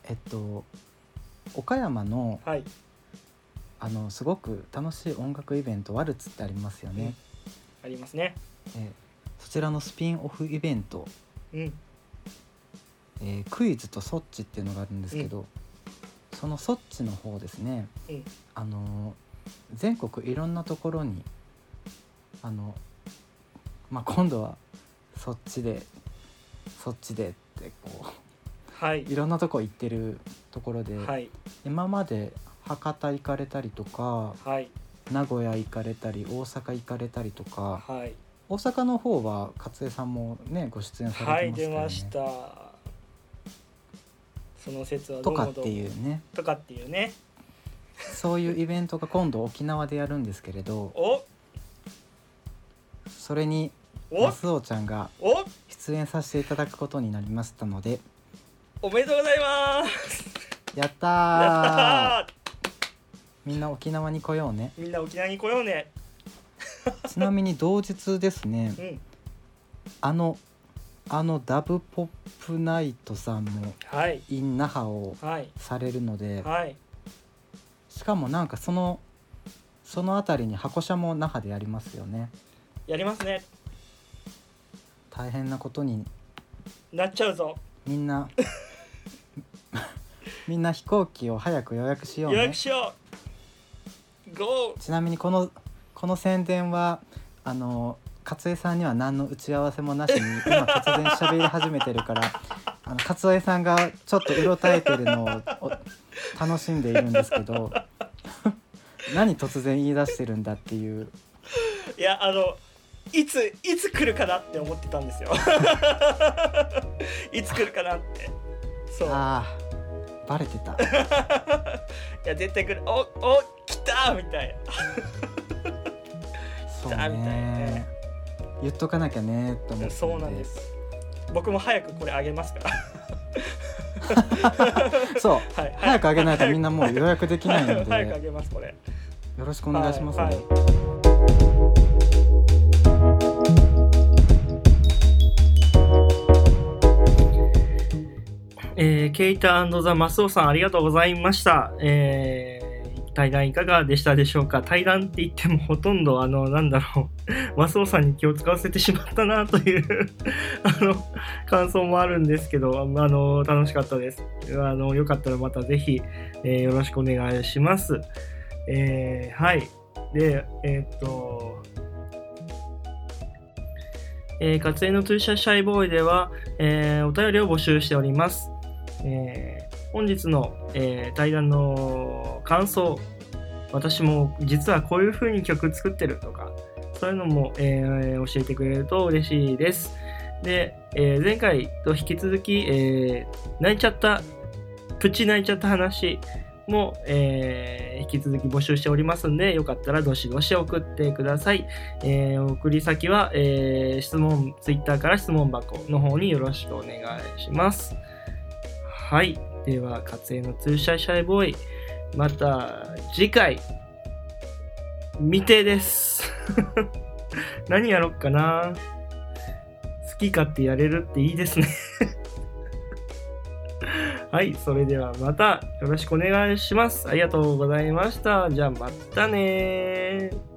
Speaker 1: えっと岡山の
Speaker 2: はい
Speaker 1: あのすごく楽しい音楽イベントワルツってありますよね、
Speaker 2: ありますね
Speaker 1: えそちらのスピンオフイベント
Speaker 2: うん
Speaker 1: えークイズとそっちっていうのがあるんですけど、そのそっちの方ですね、
Speaker 2: うん
Speaker 1: あのー全国いろんなところにあの、まあ、今度はそっちでそっちでってこう
Speaker 2: はい
Speaker 1: いろんなとこ行ってるところで、
Speaker 2: はい
Speaker 1: 今まで博多行かれたりとか
Speaker 2: はい
Speaker 1: 名古屋行かれたり大阪行かれたりとか
Speaker 2: はい
Speaker 1: 大阪の方は勝江さんもねご出演さ
Speaker 2: は
Speaker 1: れ
Speaker 2: い
Speaker 1: て
Speaker 2: 出
Speaker 1: ま
Speaker 2: ま
Speaker 1: し
Speaker 2: した
Speaker 1: よね。
Speaker 2: たその説はど
Speaker 1: と
Speaker 2: う
Speaker 1: か
Speaker 2: も
Speaker 1: っ
Speaker 2: どう
Speaker 1: て
Speaker 2: も
Speaker 1: いうね
Speaker 2: とかっていうね
Speaker 1: そういうイベントが今度沖縄でやるんですけれど
Speaker 2: お
Speaker 1: それに
Speaker 2: お
Speaker 1: マスオちゃんが
Speaker 2: お
Speaker 1: 出演させていただくことになりましたので
Speaker 2: おめでとうございます
Speaker 1: やったー
Speaker 2: やったー
Speaker 1: みんな沖縄に来ようね
Speaker 2: (laughs) みんな沖縄に来ようね
Speaker 1: ちなみに同日ですね
Speaker 2: うん
Speaker 1: あのあのダブポップナイトさんも
Speaker 2: はい
Speaker 1: イン那覇を
Speaker 2: はい
Speaker 1: されるので
Speaker 2: はい
Speaker 1: しかもなんかそのその辺りに箱車も那覇でやりますよね
Speaker 2: やりますね
Speaker 1: 大変なことに
Speaker 2: なっちゃうぞ
Speaker 1: みん
Speaker 2: (laughs)
Speaker 1: なみんな飛行機を早く予約しよう
Speaker 2: 予
Speaker 1: ね
Speaker 2: 約しよう GO
Speaker 1: ちなみにこのこの宣伝はあの勝江さんには何の打ち合わせもなしに今突然喋り始めてるからあの勝江さんがちょっとうろたえてるのをお楽しんでいるんですけど (laughs) 何突然言い出してるんだっていう
Speaker 2: いやあのいついつ来るかなって思ってたんですよ (laughs) いつ来るかなってそう
Speaker 1: ああバレてた
Speaker 2: いや絶対来るおお来たみたいな
Speaker 1: そう
Speaker 2: あみたいな
Speaker 1: ね
Speaker 2: ね
Speaker 1: 言っとかなきゃねと思って
Speaker 2: そうなんです僕も早くこれあげますから
Speaker 1: そう
Speaker 2: はい
Speaker 1: 早くあげないとみんなもう予約できないの
Speaker 2: 早くあ
Speaker 1: で
Speaker 2: げますこれ
Speaker 1: よろしくお願いしますね、
Speaker 2: はいはいえー、ケイタザ・マスオさんありがとうございました。えー対談いかがでしたでしょうか対談って言ってもほとんどあのなんだろう (laughs) マスオさんに気を使わせてしまったなという (laughs) あの感想もあるんですけどあの楽しかったですあのよかったらまたぜひ、えーよろしくお願いしますえーはいでえーっとえー、かつのツーシャシャイボーイでは、えーお便りを募集しております。えー本日の、えー対談の感想私も実はこういう風に曲作ってるとかそういうのも、えー教えてくれると嬉しいですで、えー前回と引き続き、えー泣いちゃったプチ泣いちゃった話も、えー引き続き募集しておりますんでよかったらどしどし送ってください、えー送り先は、えー質問 Twitter から質問箱の方によろしくお願いしますはい。では、活映のツーシャイシャイボーイ。また次回、未定です。 (laughs) 何やろっかな好き勝手やれるっていいですね。はい。それではまたよろしくお願いします。ありがとうございました。じゃあまたねー